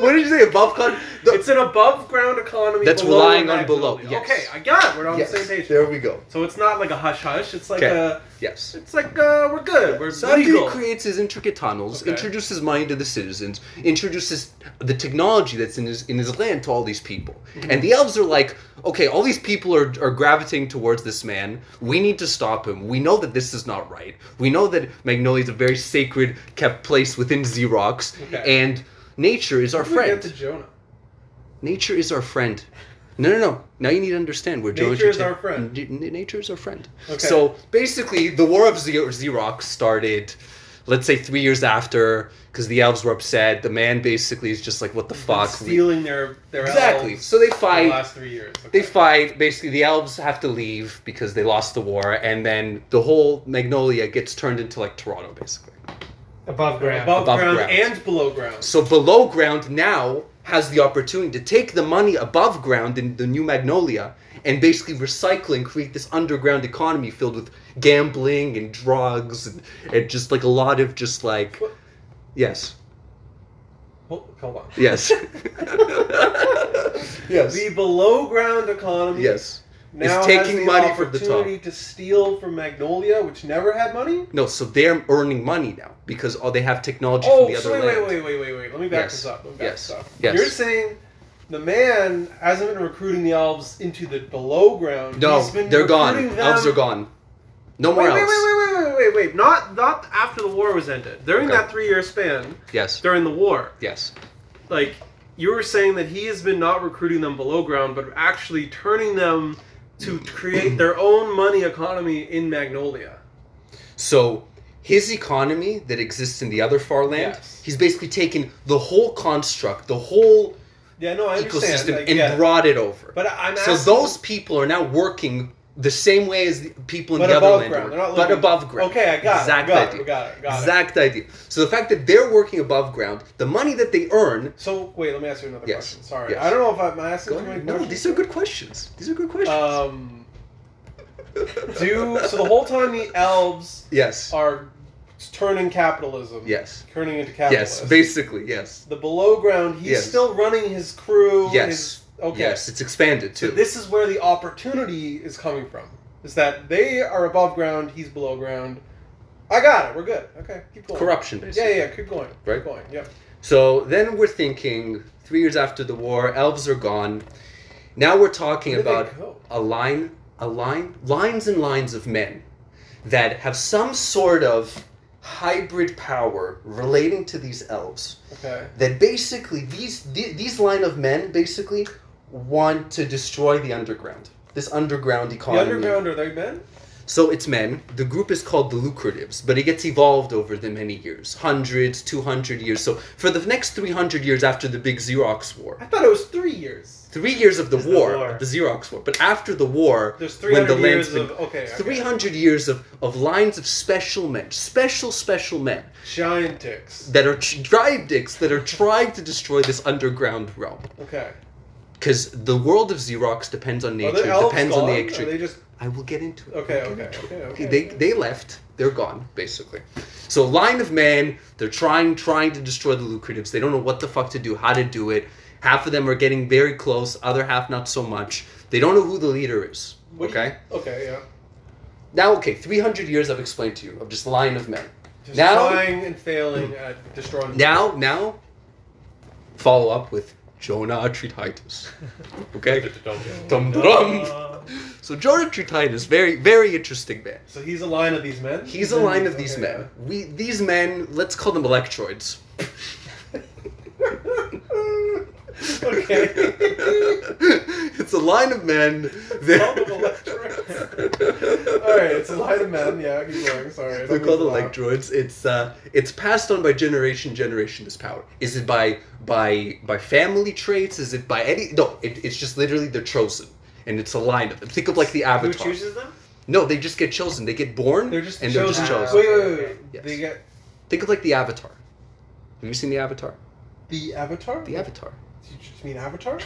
Speaker 1: what did you say? Above economy.
Speaker 4: It's an above ground economy.
Speaker 1: That's
Speaker 4: below
Speaker 1: relying on
Speaker 4: Magnolia.
Speaker 1: below, yes.
Speaker 4: Okay, I got it. We're on the same page.
Speaker 1: There we go.
Speaker 4: So it's not like a hush hush. It's like
Speaker 1: Okay.
Speaker 4: a.
Speaker 1: Yes.
Speaker 4: It's like uh, we're good. We're
Speaker 1: So after he
Speaker 4: legal.
Speaker 1: creates his intricate tunnels,
Speaker 4: Okay.
Speaker 1: introduces money to the citizens, introduces the technology that's in his in his land to all these people,
Speaker 4: Mm-hmm.
Speaker 1: and the elves are like, okay, all these people are, are gravitating towards this man. We need to stop him. We know that this is not right. We know that Magnolia is a very sacred kept place within Xerox,
Speaker 4: Okay.
Speaker 1: and nature is our
Speaker 4: How do we
Speaker 1: friend.
Speaker 4: get to Jonah?
Speaker 1: Nature is our friend. No, no, no. Now you need to understand where
Speaker 4: Nature
Speaker 1: geometry
Speaker 4: is our friend.
Speaker 1: N- n- nature is our friend.
Speaker 4: Okay.
Speaker 1: So basically, the War of Xer- Xerox started let's say three years after, because the elves were upset. The man basically is just like, what the fuck?
Speaker 4: stealing their their
Speaker 1: exactly.
Speaker 4: elves
Speaker 1: So they
Speaker 4: for the
Speaker 1: fight.
Speaker 4: last three years.
Speaker 1: They
Speaker 4: Okay.
Speaker 1: fight. Basically, the elves have to leave because they lost the war, and then the whole Magnolia gets turned into like Toronto, basically.
Speaker 3: Above ground.
Speaker 4: above,
Speaker 1: Above
Speaker 4: ground,
Speaker 1: ground.
Speaker 4: and below ground.
Speaker 1: So below ground now has the opportunity to take the money above ground in the new Magnolia and basically recycle and create this underground economy filled with gambling and drugs and, and just like a lot of just like
Speaker 4: What?
Speaker 1: yes
Speaker 4: Hold, hold on.
Speaker 1: yes yes
Speaker 4: The below ground economy
Speaker 1: yes
Speaker 4: now
Speaker 1: is
Speaker 4: has
Speaker 1: taking
Speaker 4: the
Speaker 1: money from the top.
Speaker 4: opportunity to steal from Magnolia, which never had money.
Speaker 1: no so they're earning money now because all they have technology
Speaker 4: Oh,
Speaker 1: from the
Speaker 4: so
Speaker 1: other
Speaker 4: wait,
Speaker 1: land
Speaker 4: wait, wait, wait, wait, wait. Let me back
Speaker 1: Yes.
Speaker 4: this up. Let me back
Speaker 1: Yes.
Speaker 4: this up.
Speaker 1: Yes.
Speaker 4: You're saying the man hasn't been recruiting the elves into the below ground. He's
Speaker 1: no
Speaker 4: been
Speaker 1: they're gone
Speaker 4: recruiting them-
Speaker 1: elves are gone no
Speaker 4: Wait,
Speaker 1: more
Speaker 4: wait,
Speaker 1: elves
Speaker 4: wait, wait, wait, wait, wait, wait. Not not after the war was ended. During
Speaker 1: Okay.
Speaker 4: that three year span,
Speaker 1: yes
Speaker 4: during the war,
Speaker 1: yes
Speaker 4: like you were saying that he has been not recruiting them below ground, but actually turning them to create their own money economy in Magnolia.
Speaker 1: So his economy that exists in the other far land,
Speaker 4: Yes.
Speaker 1: he's basically taken the whole construct, the whole
Speaker 4: Yeah, no, I understand.
Speaker 1: ecosystem,
Speaker 4: Like,
Speaker 1: and
Speaker 4: yeah.
Speaker 1: brought it over.
Speaker 4: But I'm
Speaker 1: so
Speaker 4: asking-
Speaker 1: those people are now working the same way as the people in
Speaker 4: But
Speaker 1: the other
Speaker 4: above
Speaker 1: land,
Speaker 4: ground.
Speaker 1: were,
Speaker 4: They're not
Speaker 1: but
Speaker 4: living-
Speaker 1: above ground.
Speaker 4: Okay, I got it,
Speaker 1: exact
Speaker 4: got it,
Speaker 1: idea.
Speaker 4: got it, got it.
Speaker 1: exact idea. So the fact that they're working above ground, the money that they earn.
Speaker 4: So wait, let me ask you another
Speaker 1: Yes.
Speaker 4: question. Sorry,
Speaker 1: Yes.
Speaker 4: I don't know if I'm asking
Speaker 1: Go
Speaker 4: too many
Speaker 1: ahead. No,
Speaker 4: questions.
Speaker 1: these are good questions. These are good questions.
Speaker 4: Um, do so the whole time the elves
Speaker 1: yes,
Speaker 4: are turning capitalism.
Speaker 1: yes,
Speaker 4: Turning into
Speaker 1: yes.
Speaker 4: capitalists.
Speaker 1: Basically, yes,
Speaker 4: the below ground, he's
Speaker 1: Yes.
Speaker 4: still running his crew.
Speaker 1: Yes.
Speaker 4: his- okay.
Speaker 1: yes. It's expanded
Speaker 4: So
Speaker 1: too.
Speaker 4: this is where the opportunity is coming from. Is that they are above ground, he's below ground. I got it. We're good. Okay, keep going.
Speaker 1: Corruption,
Speaker 4: Yeah,
Speaker 1: basically.
Speaker 4: yeah, yeah. Keep going.
Speaker 1: Right?
Speaker 4: Keep going. Yep.
Speaker 1: So then we're thinking three years after the war, elves are gone. Now we're talking
Speaker 4: Where did they
Speaker 1: about
Speaker 4: go?
Speaker 1: a line, a line, lines and lines of men that have some sort of hybrid power relating to these elves.
Speaker 4: Okay.
Speaker 1: That basically these the- these line of men basically want to destroy the underground. This underground
Speaker 4: The
Speaker 1: economy.
Speaker 4: underground are they men?
Speaker 1: So it's men. The group is called the Lucratives, but it gets evolved over the many years hundreds, 200 years. So for the next 300 years after the big Xerox
Speaker 4: I
Speaker 1: War,
Speaker 4: thought it was three years.
Speaker 1: three years of the
Speaker 3: Is the
Speaker 1: war,
Speaker 3: war.
Speaker 1: of the Xerox War, but after the war,
Speaker 4: There's
Speaker 1: when the
Speaker 4: 300
Speaker 1: land's
Speaker 4: years
Speaker 1: been.
Speaker 4: of okay, okay.
Speaker 1: 300 years of, of lines of special men, special, special men
Speaker 4: giant dicks.
Speaker 1: that are tr- tribe dicks that are trying to destroy this underground realm.
Speaker 4: Okay.
Speaker 1: Because the world of Xerox depends on
Speaker 4: Are
Speaker 1: nature,
Speaker 4: there elves
Speaker 1: depends
Speaker 4: gone?
Speaker 1: on the
Speaker 4: Are
Speaker 1: nature.
Speaker 4: they just
Speaker 1: I will get into it.
Speaker 4: okay?
Speaker 1: I'll get
Speaker 4: Okay.
Speaker 1: into it.
Speaker 4: Okay.
Speaker 1: Okay,
Speaker 4: okay.
Speaker 1: they they left. They're gone, basically. So line of men, they're trying trying to destroy the lucratives. They don't know what the fuck to do, how to do it. Half of them are getting very close, other half not so much. They don't know who the leader is.
Speaker 4: What do you-
Speaker 1: okay.
Speaker 4: okay. Yeah.
Speaker 1: Now, okay, three hundred years I've explained to you of just line of men.
Speaker 4: Just
Speaker 1: Now-
Speaker 4: trying and failing at destroying.
Speaker 1: Now, now, follow up with Jonah Trititis. Okay. Dum dum.
Speaker 3: Uh,
Speaker 1: So Jonah Trititis, very very interesting man.
Speaker 4: So he's a line of these men.
Speaker 1: He's a line of these
Speaker 4: Okay,
Speaker 1: men. We these men, let's call them electroids.
Speaker 4: Okay.
Speaker 1: it's a line of men.
Speaker 4: yeah. Call them electroids. All right, it's a line of men. Yeah, keep going. Sorry. I don't
Speaker 1: They're called
Speaker 4: mean to laugh.
Speaker 1: electroids. It's uh, it's passed on by generation to generation. This power is it by by by family traits? Is it by any? No, it, it's just literally they're chosen, and it's a line of them. Think of like the
Speaker 3: Who
Speaker 1: Avatar.
Speaker 3: chooses them?
Speaker 1: No, they just get chosen. They get born,
Speaker 4: They're just
Speaker 1: and
Speaker 4: chosen.
Speaker 1: they're just
Speaker 3: Ah,
Speaker 1: chosen.
Speaker 4: Wait, wait, wait. wait.
Speaker 1: Yes.
Speaker 4: They get
Speaker 1: Think of like the Avatar. Have you seen the Avatar?
Speaker 4: the Avatar.
Speaker 1: The Avatar.
Speaker 4: You just mean Avatar?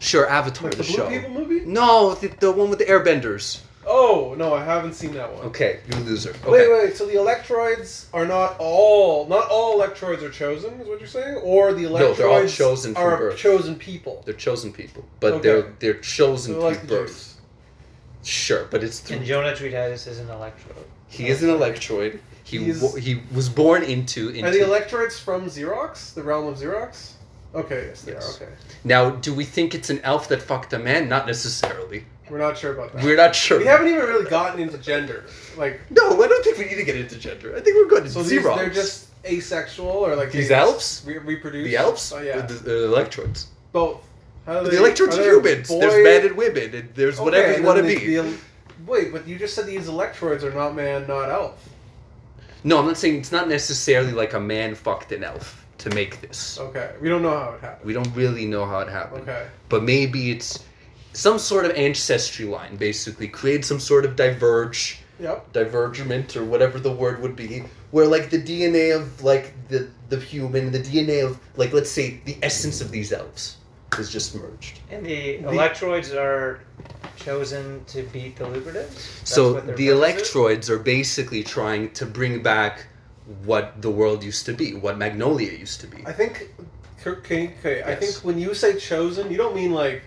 Speaker 1: Sure, Avatar
Speaker 4: Like
Speaker 1: the,
Speaker 4: the Blue
Speaker 1: show.
Speaker 4: People movie?
Speaker 1: No, the, the one with the airbenders.
Speaker 4: Oh no, I haven't seen that one.
Speaker 1: Okay, you loser. Okay.
Speaker 4: Wait, wait, wait. So the electroids are not all, not all electroids are chosen, is what you're saying? Or the
Speaker 1: No,
Speaker 4: electroids
Speaker 1: they're all chosen from
Speaker 4: are
Speaker 1: birth.
Speaker 4: chosen people.
Speaker 1: They're chosen people, but
Speaker 4: Okay.
Speaker 1: they're they're chosen
Speaker 4: They're
Speaker 1: through
Speaker 4: like the
Speaker 1: birth.
Speaker 4: Jews.
Speaker 1: Sure, but it's through.
Speaker 3: And Jonah Tretitis is an electrode.
Speaker 1: He is an electroid. He
Speaker 4: He's-
Speaker 1: wa- he was born into into.
Speaker 4: Are the electroids from Xerox? The realm of Xerox? Okay, yes, they
Speaker 1: Yes.
Speaker 4: are. Okay.
Speaker 1: now, do we think it's an elf that fucked a man? Not necessarily.
Speaker 4: We're not sure about that.
Speaker 1: We're not sure.
Speaker 4: We haven't even really gotten into gender. Like,
Speaker 1: No, I don't think we need to get into gender. I think we're good.
Speaker 4: so
Speaker 1: It's
Speaker 4: these,
Speaker 1: Xerox.
Speaker 4: they're just asexual or like.
Speaker 1: These
Speaker 4: they just
Speaker 1: elves?
Speaker 4: Re- reproduce?
Speaker 1: the elves.
Speaker 4: Oh, yeah.
Speaker 1: The, the electroids.
Speaker 4: Both. How do
Speaker 1: the electroids
Speaker 4: are
Speaker 1: are
Speaker 4: there
Speaker 1: humans.
Speaker 4: boy-
Speaker 1: There's men and women, and there's
Speaker 4: Okay,
Speaker 1: whatever
Speaker 4: and
Speaker 1: you want to
Speaker 4: then
Speaker 1: be.
Speaker 4: the- the el- wait, but you just said these electroids are not man, not elf.
Speaker 1: No, I'm not saying it's not necessarily like a man fucked an elf to make this.
Speaker 4: Okay, we don't know how it happened.
Speaker 1: We don't really know how it happened.
Speaker 4: Okay,
Speaker 1: But maybe it's some sort of ancestry line, basically. Create some sort of diverge,
Speaker 4: yep.
Speaker 1: divergement, or whatever the word would be, where like the DNA of like the, the human, the DNA of like, let's say, the essence of these elves is just merged.
Speaker 3: And the,
Speaker 4: The-
Speaker 3: electroids are chosen to beat the lucratives? That's
Speaker 1: so
Speaker 3: what their
Speaker 1: the
Speaker 3: purpose is?
Speaker 1: electroids are basically trying to bring back what the world used to be, what Magnolia used to be.
Speaker 4: I think. Okay, okay. I think
Speaker 1: Yes.
Speaker 4: when you say chosen, you don't mean like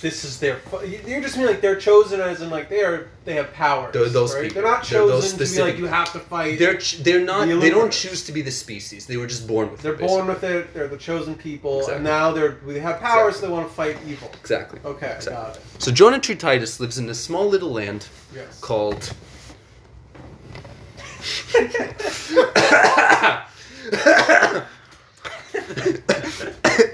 Speaker 4: this is their. fu- you- You just mean like they're chosen as in like they are they have powers.
Speaker 1: They're those
Speaker 4: right?
Speaker 1: people.
Speaker 4: They're not
Speaker 1: They're
Speaker 4: chosen
Speaker 1: those
Speaker 4: to be
Speaker 1: specific-
Speaker 4: like you have to fight.
Speaker 1: They're ch- they're not
Speaker 4: The
Speaker 1: they don't
Speaker 4: Illuminati.
Speaker 1: choose to be the species. They were just born with. it,
Speaker 4: They're born with it. They're the chosen people,
Speaker 1: Exactly.
Speaker 4: and now they're they have powers.
Speaker 1: Exactly.
Speaker 4: So they want to fight evil.
Speaker 1: basically. Exactly.
Speaker 4: Okay,
Speaker 1: Exactly.
Speaker 4: got it.
Speaker 1: So Jonah Trititis lives in a small little land
Speaker 4: Yes.
Speaker 1: called.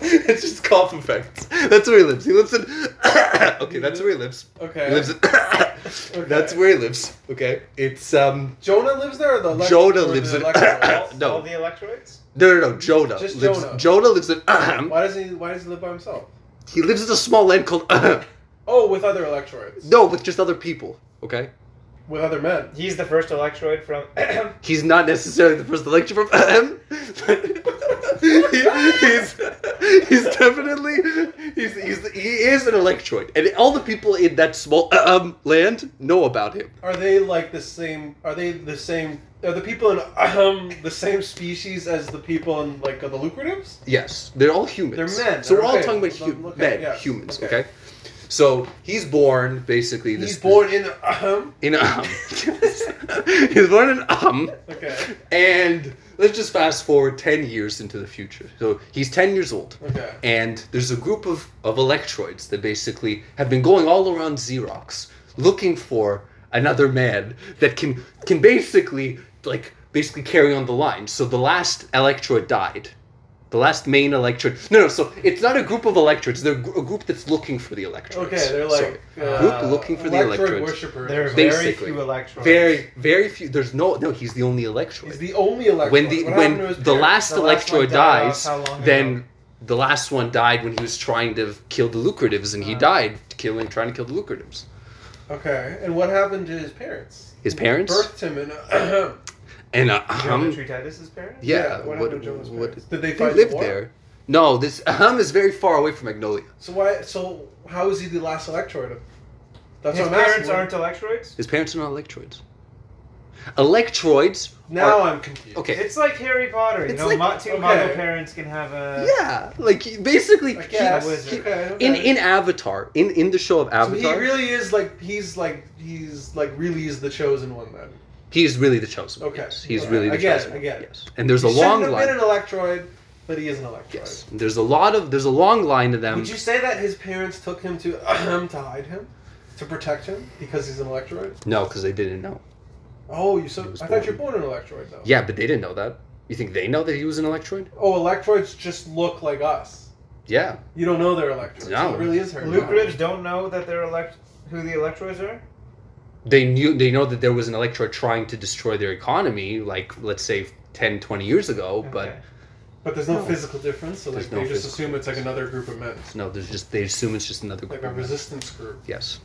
Speaker 1: it's just cough effects. That's where he lives. He lives in. okay, that's where he lives.
Speaker 4: okay.
Speaker 1: He lives. In... That's where he lives. Okay, it's um.
Speaker 4: Jonah lives there. Or the elect-
Speaker 1: Jonah
Speaker 4: or
Speaker 1: lives
Speaker 4: the
Speaker 1: in-
Speaker 4: electors?
Speaker 1: No.
Speaker 3: All the electroids?
Speaker 1: No, no, no. Jonah
Speaker 4: Just
Speaker 1: lives.
Speaker 4: Jonah.
Speaker 1: lives in.
Speaker 4: Why does he? Why does he live by himself?
Speaker 1: He lives in a small land called.
Speaker 4: Oh, with other electroids.
Speaker 1: no, with just other people. Okay,
Speaker 4: With other men.
Speaker 3: He's the first electroid from.
Speaker 1: he's not necessarily the first election from. He- he's he's definitely he's, he's he is an electroid, and all the people in that small uh, um, land know about him.
Speaker 4: Are they like the same? Are they the same? Are the people in um the same species as the people in like the lucratives?
Speaker 1: Yes, they're all humans.
Speaker 4: They're men,
Speaker 1: So we're all
Speaker 4: okay.
Speaker 1: talking about hu-
Speaker 4: Okay,
Speaker 1: men,
Speaker 4: yes,
Speaker 1: humans.
Speaker 4: okay.
Speaker 1: Okay. So he's born basically. This,
Speaker 4: He's born in um.
Speaker 1: in um. he's born in um.
Speaker 4: Okay.
Speaker 1: And let's just fast forward 10 years into the future. So he's 10 years old.
Speaker 4: Okay.
Speaker 1: And there's a group of, of electroids that basically have been going all around Xerox looking for another man that can can basically like basically carry on the line. So the last electroid died. The last main electroid. No, no. So it's not a group of electroids. They're a gr- a group that's looking for the electroids.
Speaker 4: Okay. They're
Speaker 1: Sorry.
Speaker 4: like uh,
Speaker 1: Group looking for the
Speaker 4: electroid
Speaker 1: electrodes.
Speaker 4: Worshippers.
Speaker 3: there are very
Speaker 1: Basically.
Speaker 3: few electroids.
Speaker 1: very, very few. There's no, no. He's the only electroid.
Speaker 4: He's the only electroid.
Speaker 1: when the
Speaker 4: What happened to his
Speaker 1: when the
Speaker 4: parents?
Speaker 1: last
Speaker 3: The last one
Speaker 1: electroid
Speaker 3: died
Speaker 1: dies,
Speaker 3: off how long ago?
Speaker 1: then the last one died when he was trying to kill the lucratives, and he
Speaker 3: Uh.
Speaker 1: died killing trying to kill the lucratives.
Speaker 4: Okay. And what happened to his parents?
Speaker 1: His parents
Speaker 4: Birthed him in uh,
Speaker 1: and uh,
Speaker 3: Jonah
Speaker 1: um,
Speaker 3: Trititis' parents?
Speaker 1: yeah,
Speaker 4: what
Speaker 1: what,
Speaker 4: happened to Jonah's
Speaker 1: what-
Speaker 4: parents? Did they
Speaker 1: they
Speaker 4: fight
Speaker 1: lived
Speaker 4: the war?
Speaker 1: there. No, this um is very far away from Magnolia.
Speaker 4: So why? So how is he the last electroid? That's
Speaker 3: His
Speaker 4: what I'm
Speaker 3: parents
Speaker 4: asking.
Speaker 3: aren't electroids?
Speaker 1: His parents are not electroids. Electroids,
Speaker 4: now I'm confused.
Speaker 1: okay.
Speaker 3: It's like Harry Potter. You
Speaker 1: It's
Speaker 3: know,
Speaker 1: like-
Speaker 3: mo- two
Speaker 4: okay.
Speaker 3: model parents can have a.
Speaker 1: yeah, like he- basically,
Speaker 4: I
Speaker 1: he-
Speaker 4: guess.
Speaker 1: he-
Speaker 3: wizard.
Speaker 4: okay, okay.
Speaker 1: in in Avatar, in in the show of
Speaker 4: so
Speaker 1: Avatar,
Speaker 4: he really is like he's like he's like really is the chosen one then.
Speaker 1: he is really the chosen. one,
Speaker 4: Okay.
Speaker 1: yes. he's
Speaker 4: Okay.
Speaker 1: really the
Speaker 4: I get it,
Speaker 1: chosen.
Speaker 4: I
Speaker 1: one,
Speaker 4: get it.
Speaker 1: Yes, and there's a
Speaker 4: He
Speaker 1: long
Speaker 4: shouldn't
Speaker 1: line.
Speaker 4: have been an electroid, but he is an electroid.
Speaker 1: Yes. Um, There's a lot of there's a long line to them.
Speaker 4: Would you say that his parents took him to ahem, to hide him, to protect him because he's an electroid?
Speaker 1: no, because they didn't know.
Speaker 4: Oh, you so
Speaker 1: He was
Speaker 4: I thought you were born an electroid though.
Speaker 1: Yeah, but they didn't know that. You think they know that he was an electroid?
Speaker 4: Oh, electroids just look like us.
Speaker 1: Yeah.
Speaker 4: You don't know they're electroids.
Speaker 1: No.
Speaker 4: So it really is her.
Speaker 3: Lucratives don't know that they're elect. Who the electroids are?
Speaker 1: They knew they know that there was an electroid trying to destroy their economy, like let's say 10, 20 years ago,
Speaker 3: Okay.
Speaker 1: Oh, but
Speaker 4: But there's no,
Speaker 1: No.
Speaker 4: physical difference, so like,
Speaker 1: There's no
Speaker 4: they just
Speaker 1: physical
Speaker 4: assume it's like another group of men,
Speaker 1: no, there's just they assume it's just another
Speaker 4: like
Speaker 1: group.
Speaker 4: a
Speaker 1: of men.
Speaker 4: resistance group.
Speaker 1: Yes.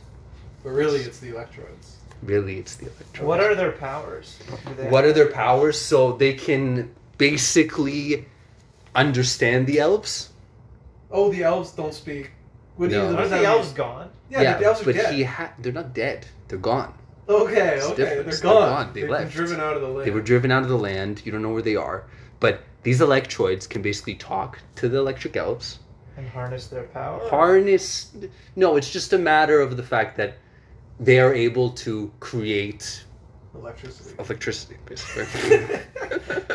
Speaker 4: But really, it's the electroids.
Speaker 1: Really it's the electroid.
Speaker 3: what are their powers? Do they
Speaker 1: what
Speaker 3: have-
Speaker 1: are their powers? So they can basically understand the elves.
Speaker 4: Oh, the elves don't speak. What do you?
Speaker 1: No.
Speaker 4: what
Speaker 3: Aren't
Speaker 4: does
Speaker 3: the
Speaker 4: that
Speaker 3: elves
Speaker 4: mean?
Speaker 3: gone?
Speaker 4: Yeah, the elves are
Speaker 1: but
Speaker 4: dead.
Speaker 1: he ha- they're not dead. They're gone.
Speaker 4: Okay,
Speaker 1: It's different.
Speaker 4: okay, they're
Speaker 1: They're
Speaker 4: gone.
Speaker 1: gone. They
Speaker 4: They've
Speaker 1: left.
Speaker 4: been driven out of the land.
Speaker 1: They were driven out of the land. You don't know where they are. But these electroids can basically talk to the electric elves.
Speaker 3: And harness their power?
Speaker 1: Harness. No, it's just a matter of the fact that they are able to create
Speaker 4: electricity.
Speaker 1: electricity, basically.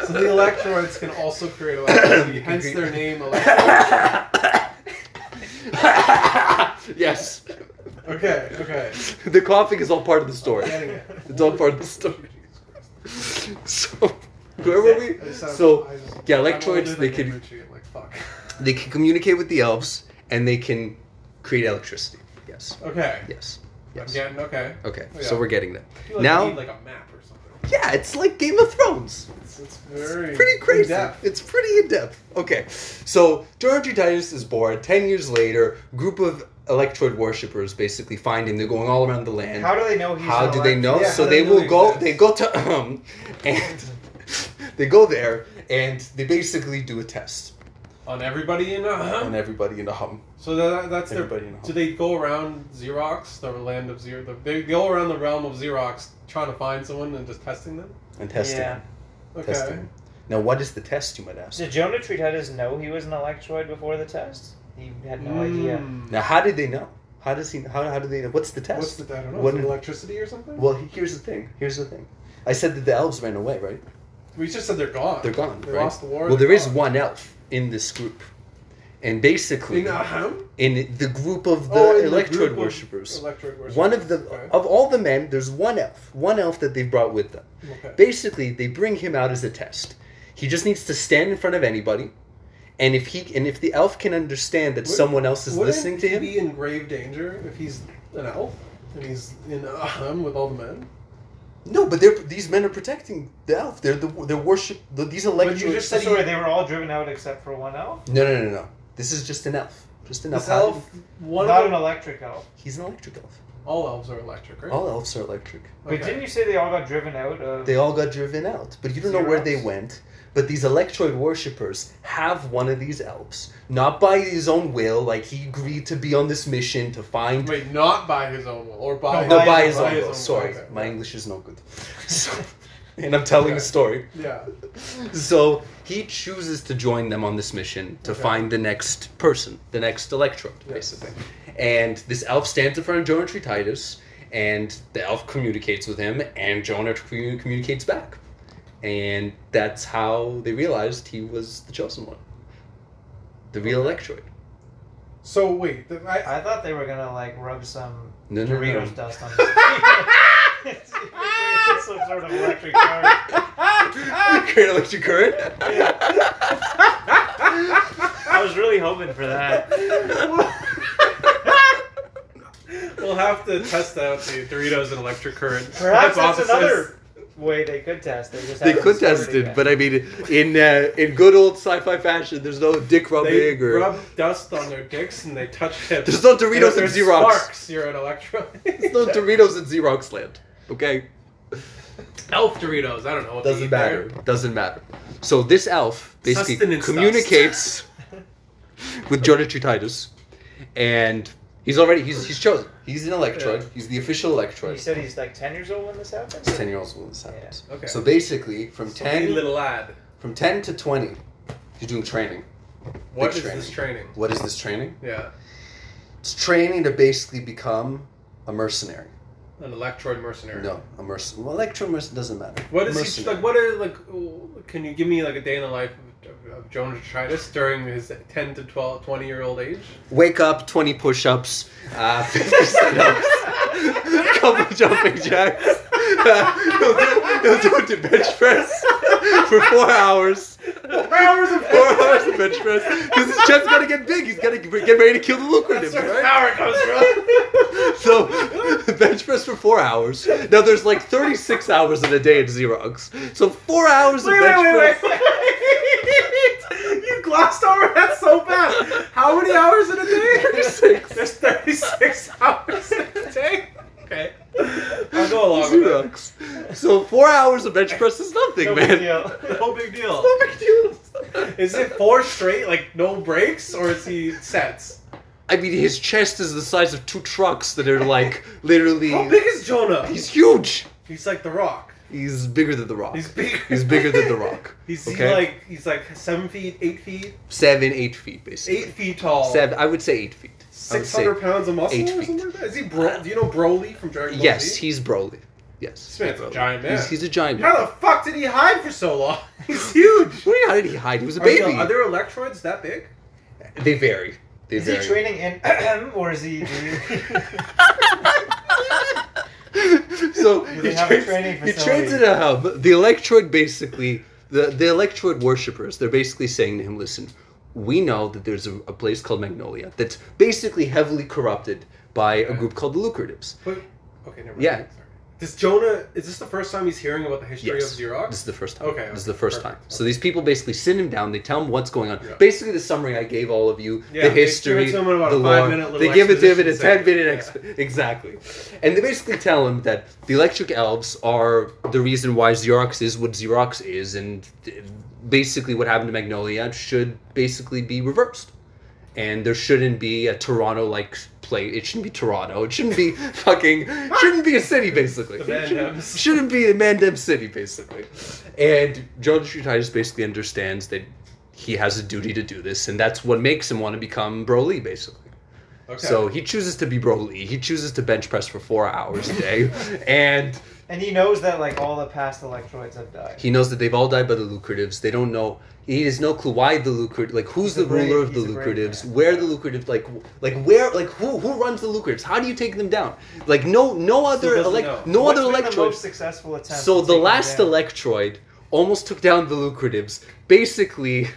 Speaker 4: So the electroids can also create electricity, hence their name. Electroid.
Speaker 1: yes.
Speaker 4: Okay, okay,
Speaker 1: The coughing is all part of the story.
Speaker 4: getting it.
Speaker 1: It's all part of the story. So, where were
Speaker 4: I
Speaker 1: we?
Speaker 4: just sound-
Speaker 1: So,
Speaker 4: I just-
Speaker 1: yeah,
Speaker 4: I'm
Speaker 1: electroids,
Speaker 4: older
Speaker 1: they
Speaker 4: than
Speaker 1: can-
Speaker 4: Gucci, I'm like fuck.
Speaker 1: they can communicate with the elves and they can create electricity. Yes.
Speaker 4: Okay,
Speaker 1: Yes. Yes.
Speaker 4: I'm getting okay.
Speaker 1: Okay,
Speaker 4: Yeah.
Speaker 1: so we're getting that.
Speaker 4: I feel like
Speaker 1: Now-
Speaker 4: I need like a map or something.
Speaker 1: Yeah, it's like Game of Thrones.
Speaker 4: It's, it's very
Speaker 1: It's pretty crazy.
Speaker 4: in-depth.
Speaker 1: It's pretty in depth. Okay, so Georgiditis is born. Ten years later, group of electroid worshippers basically find him. They're going all around the land.
Speaker 3: How do they know he's?
Speaker 1: How
Speaker 3: an
Speaker 1: do they
Speaker 3: elect-
Speaker 1: know?
Speaker 4: Yeah,
Speaker 1: so
Speaker 4: how
Speaker 1: they
Speaker 4: do they know
Speaker 1: will
Speaker 4: he
Speaker 1: go.
Speaker 4: exists?
Speaker 1: They go to um, and they go there and they basically do a test
Speaker 4: on everybody in uh
Speaker 1: on everybody in the hum.
Speaker 4: So that, that's their.
Speaker 1: Everybody in a
Speaker 4: Do they go around Xerox, the land of Xerox? The, they go around the realm of Xerox, trying to find someone and just testing them.
Speaker 1: and testing.
Speaker 3: Yeah.
Speaker 4: Okay.
Speaker 1: Testing. Now, what is the test? You might ask.
Speaker 3: Did Jonah Treatitis know he was an electroid before the test? He had no idea.
Speaker 4: Mm.
Speaker 1: Now, how did they know? How does he? How, how do they know? What's the test?
Speaker 4: What's the? I don't know.
Speaker 1: What-
Speaker 4: is it electricity or something?
Speaker 1: Well, he- here's the thing. Here's the thing. I said that the elves ran away, right?
Speaker 4: we just said they're gone.
Speaker 1: They're gone,
Speaker 4: They
Speaker 1: right?
Speaker 4: lost the war.
Speaker 1: Well,
Speaker 4: they're
Speaker 1: there is
Speaker 4: gone.
Speaker 1: one elf in this group, and basically
Speaker 4: In Ahem?
Speaker 1: in the group of the
Speaker 4: Oh, in the
Speaker 1: electrode
Speaker 4: group of
Speaker 1: worshippers,
Speaker 4: Electric worshippers.
Speaker 1: one of the
Speaker 4: Okay.
Speaker 1: of all the men, there's one elf, one elf that they brought with them.
Speaker 4: Okay.
Speaker 1: Basically, they bring him out as a test. He just needs to stand in front of anybody, and if he and if the elf can understand that
Speaker 4: Would-
Speaker 1: someone else is
Speaker 4: Wouldn't
Speaker 1: listening to
Speaker 4: he
Speaker 1: him,
Speaker 4: be in grave danger if he's an elf and he's in Ahem with all the men?
Speaker 1: no. But they're, these men are protecting the elf. They're the they're worship the, these electrode.
Speaker 4: just
Speaker 3: So
Speaker 4: said
Speaker 3: sorry, they were all driven out except for one elf.
Speaker 1: No, no, no, no. This is just an elf. Just an elf.
Speaker 4: This
Speaker 1: How-
Speaker 4: elf, one
Speaker 3: Not
Speaker 4: of
Speaker 3: an
Speaker 4: them,
Speaker 3: electric elf.
Speaker 1: He's an electric elf.
Speaker 4: all elves are electric, right?
Speaker 1: All elves are electric.
Speaker 3: But didn't you say they all got driven out of?
Speaker 1: They all got driven out, but you don't know
Speaker 3: Zero
Speaker 1: where they
Speaker 3: elves.
Speaker 1: went. But these electroid worshippers have one of these elves, not by his own will. Like he agreed to be on this mission to find.
Speaker 4: Wait, not by his own will, or by
Speaker 1: no,
Speaker 3: by
Speaker 1: by
Speaker 3: his-
Speaker 1: his own
Speaker 3: by
Speaker 1: will. Sorry,
Speaker 4: okay.
Speaker 1: my English is no good. So, and I'm telling a
Speaker 4: Okay. Hmm.
Speaker 1: story.
Speaker 4: Yeah.
Speaker 1: So he chooses to join them on this mission to
Speaker 4: Okay.
Speaker 1: find the next person, the next electrode,
Speaker 4: Yes.
Speaker 1: basically. And this elf stands in front of Jonah Tree Titus, and the elf communicates with him, and Jonah commu- communicates back. And that's how they realized he was the chosen one, the real electroid.
Speaker 4: So wait, the, I,
Speaker 3: I thought they were gonna like rub some
Speaker 1: No, no,
Speaker 3: Doritos
Speaker 1: no.
Speaker 3: dust on. It's some sort of electric current.
Speaker 1: Current electric current.
Speaker 3: I was really hoping for that.
Speaker 4: we'll have to test out the Doritos and electric current.
Speaker 3: Perhaps that's
Speaker 4: hypothesis.
Speaker 3: another way they could test. They just
Speaker 1: They
Speaker 3: haven't
Speaker 1: could
Speaker 3: discovered
Speaker 1: test
Speaker 3: yet.
Speaker 1: it, but I mean, in uh, in good old sci-fi fashion, there's no dick
Speaker 4: They
Speaker 1: rubbing or
Speaker 4: rub dust on their dicks and they touch hips.
Speaker 1: There's no
Speaker 4: And if
Speaker 1: Doritos and
Speaker 4: there's
Speaker 1: Xerox.
Speaker 4: Sparks, you're an electro.
Speaker 1: There's no Doritos in Xerox land. Okay,
Speaker 4: Elf Doritos. I don't know. What they
Speaker 1: doesn't
Speaker 4: eat
Speaker 1: matter. Doesn't matter. So this elf basically
Speaker 4: Sustenance
Speaker 1: communicates with Jonah Titus, and he's already he's he's chosen. He's an electroid.
Speaker 4: Yeah.
Speaker 1: He's the official
Speaker 3: You
Speaker 1: electroid.
Speaker 3: said he's like ten years old when this happened.
Speaker 1: Ten year olds when this happens.
Speaker 4: Yeah. Okay.
Speaker 1: So basically, from
Speaker 4: there. Tiny
Speaker 1: ten
Speaker 4: little lad.
Speaker 1: from ten to twenty, he's doing training.
Speaker 4: What
Speaker 1: Big
Speaker 4: is
Speaker 1: training.
Speaker 4: this training?
Speaker 1: What is this training?
Speaker 4: Yeah,
Speaker 1: It's training to basically become a mercenary.
Speaker 4: an electroid mercenary.
Speaker 1: No, a mercenary. Well, electro mercenary doesn't matter.
Speaker 4: What is he
Speaker 1: mercenary.
Speaker 4: like? What are like? oh, Can you give me like a day in the life of, of Jonah Detritus during his ten to 12, 20 year old age?
Speaker 1: Wake up, 20 push ups, uh, 50 sit ups, couple jumping jacks. he'll, do, he'll do a bench press for four hours.
Speaker 4: Four hours of
Speaker 1: Four hours of bench press. Because his chest got to get big. He's got to get ready to kill the lucrative,
Speaker 4: That's where the
Speaker 1: right?
Speaker 4: power comes from.
Speaker 1: So, bench press for four hours. Now, there's like 36 hours in a day at Xerox. So, four hours of bench press.
Speaker 4: wait. You glossed over that so fast. How many hours in a day?
Speaker 1: 36.
Speaker 4: There's 36 hours in a day. Okay. I'll go along with it.
Speaker 1: Xerox. So, four hours of bench press is nothing,
Speaker 3: No
Speaker 1: man.
Speaker 3: big deal.
Speaker 4: No big deal.
Speaker 1: No big deal.
Speaker 4: Is it four straight, like no breaks, or is he sets?
Speaker 1: I mean, his chest is the size of two trucks that are like literally.
Speaker 4: How big is Jonah?
Speaker 1: He's huge.
Speaker 4: He's like The Rock.
Speaker 1: He's bigger than the Rock.
Speaker 4: He's bigger.
Speaker 1: He's bigger than the Rock.
Speaker 4: He's he
Speaker 1: Okay?
Speaker 4: like he's like seven feet, eight feet,
Speaker 1: Seven, eight feet, basically.
Speaker 4: eight feet tall.
Speaker 1: Seven. I would say eight feet. I would
Speaker 4: Six
Speaker 1: say-
Speaker 4: hundred pounds of muscle
Speaker 1: eight
Speaker 4: or
Speaker 1: feet.
Speaker 4: something like that. Is he Bro? Do you know Broly from Dragon Ball
Speaker 1: Yes,
Speaker 4: Z?
Speaker 1: he's Broly. Yes.
Speaker 4: This man's a
Speaker 1: Broly.
Speaker 4: giant man.
Speaker 1: He's, he's a giant man.
Speaker 4: How the fuck did he hide for so long? He's huge.
Speaker 1: What do you- How did he hide? He was a
Speaker 4: Are, you-
Speaker 1: baby.
Speaker 4: are there electroids that big?
Speaker 1: They vary. They
Speaker 3: Is he
Speaker 1: vary.
Speaker 3: training in, or is he?
Speaker 1: so
Speaker 3: Do they
Speaker 1: he
Speaker 3: have a
Speaker 1: trains,
Speaker 3: training
Speaker 1: he trains
Speaker 3: facility?
Speaker 1: in a hub. The electrode basically, the, the electrode worshippers, they're basically saying to him, listen, we know that there's a, a place called Magnolia that's basically heavily corrupted by a
Speaker 4: Okay.
Speaker 1: group called the Lucratives.
Speaker 4: But, okay, never mind.
Speaker 1: Yeah.
Speaker 4: Sorry. Does Jonah? Is this the first time he's hearing about the history
Speaker 1: Yes.
Speaker 4: of Xerox?
Speaker 1: This is the first time.
Speaker 4: Okay,
Speaker 1: This is
Speaker 4: okay,
Speaker 1: the first
Speaker 4: perfect.
Speaker 1: time. So these people basically sit him down. They tell him what's going on.
Speaker 4: Yeah.
Speaker 1: Basically, the summary I gave all of you,
Speaker 4: Yeah,
Speaker 1: the
Speaker 4: they give it
Speaker 1: history,
Speaker 4: to him in about
Speaker 1: the
Speaker 4: a five
Speaker 1: lore.
Speaker 4: minute little
Speaker 1: They give it to him in a ten
Speaker 4: exposition
Speaker 1: minute
Speaker 4: segment.
Speaker 1: exp- exactly, and they basically tell him that the electric elves are the reason why Xerox is what Xerox is, and th- basically what happened to Magnolia should basically be reversed. And there shouldn't be a Toronto-like play. It shouldn't be Toronto. It shouldn't be fucking. Shouldn't be a city, basically.
Speaker 4: The
Speaker 1: It shouldn't-
Speaker 4: Mandem.
Speaker 1: shouldn't be in Mandem City, basically. And John Titus basically understands that he has a duty to do this, and that's what makes him want to become Broly, basically.
Speaker 4: Okay.
Speaker 1: So he chooses to be Broly. He chooses to bench press for four hours a day, and
Speaker 2: And he knows that like all the past electroids have died.
Speaker 1: he knows that they've all died by the lucratives. They don't know. He has no clue why the lucrative, like
Speaker 2: He's
Speaker 1: who's the
Speaker 2: a brave-
Speaker 1: ruler of the
Speaker 2: he's a brave
Speaker 1: lucratives,
Speaker 2: man.
Speaker 1: where the lucrative, like, w- like where, like who, who runs the lucratives? How do you take them down? Like no, no other,
Speaker 4: doesn't
Speaker 1: elect,
Speaker 4: know.
Speaker 1: no
Speaker 2: What's
Speaker 1: other
Speaker 2: been The
Speaker 1: electroid.
Speaker 2: most successful attempt.
Speaker 1: So
Speaker 2: to
Speaker 1: the
Speaker 2: take him
Speaker 1: last
Speaker 2: down?
Speaker 1: electroid almost took down the lucratives. Basically,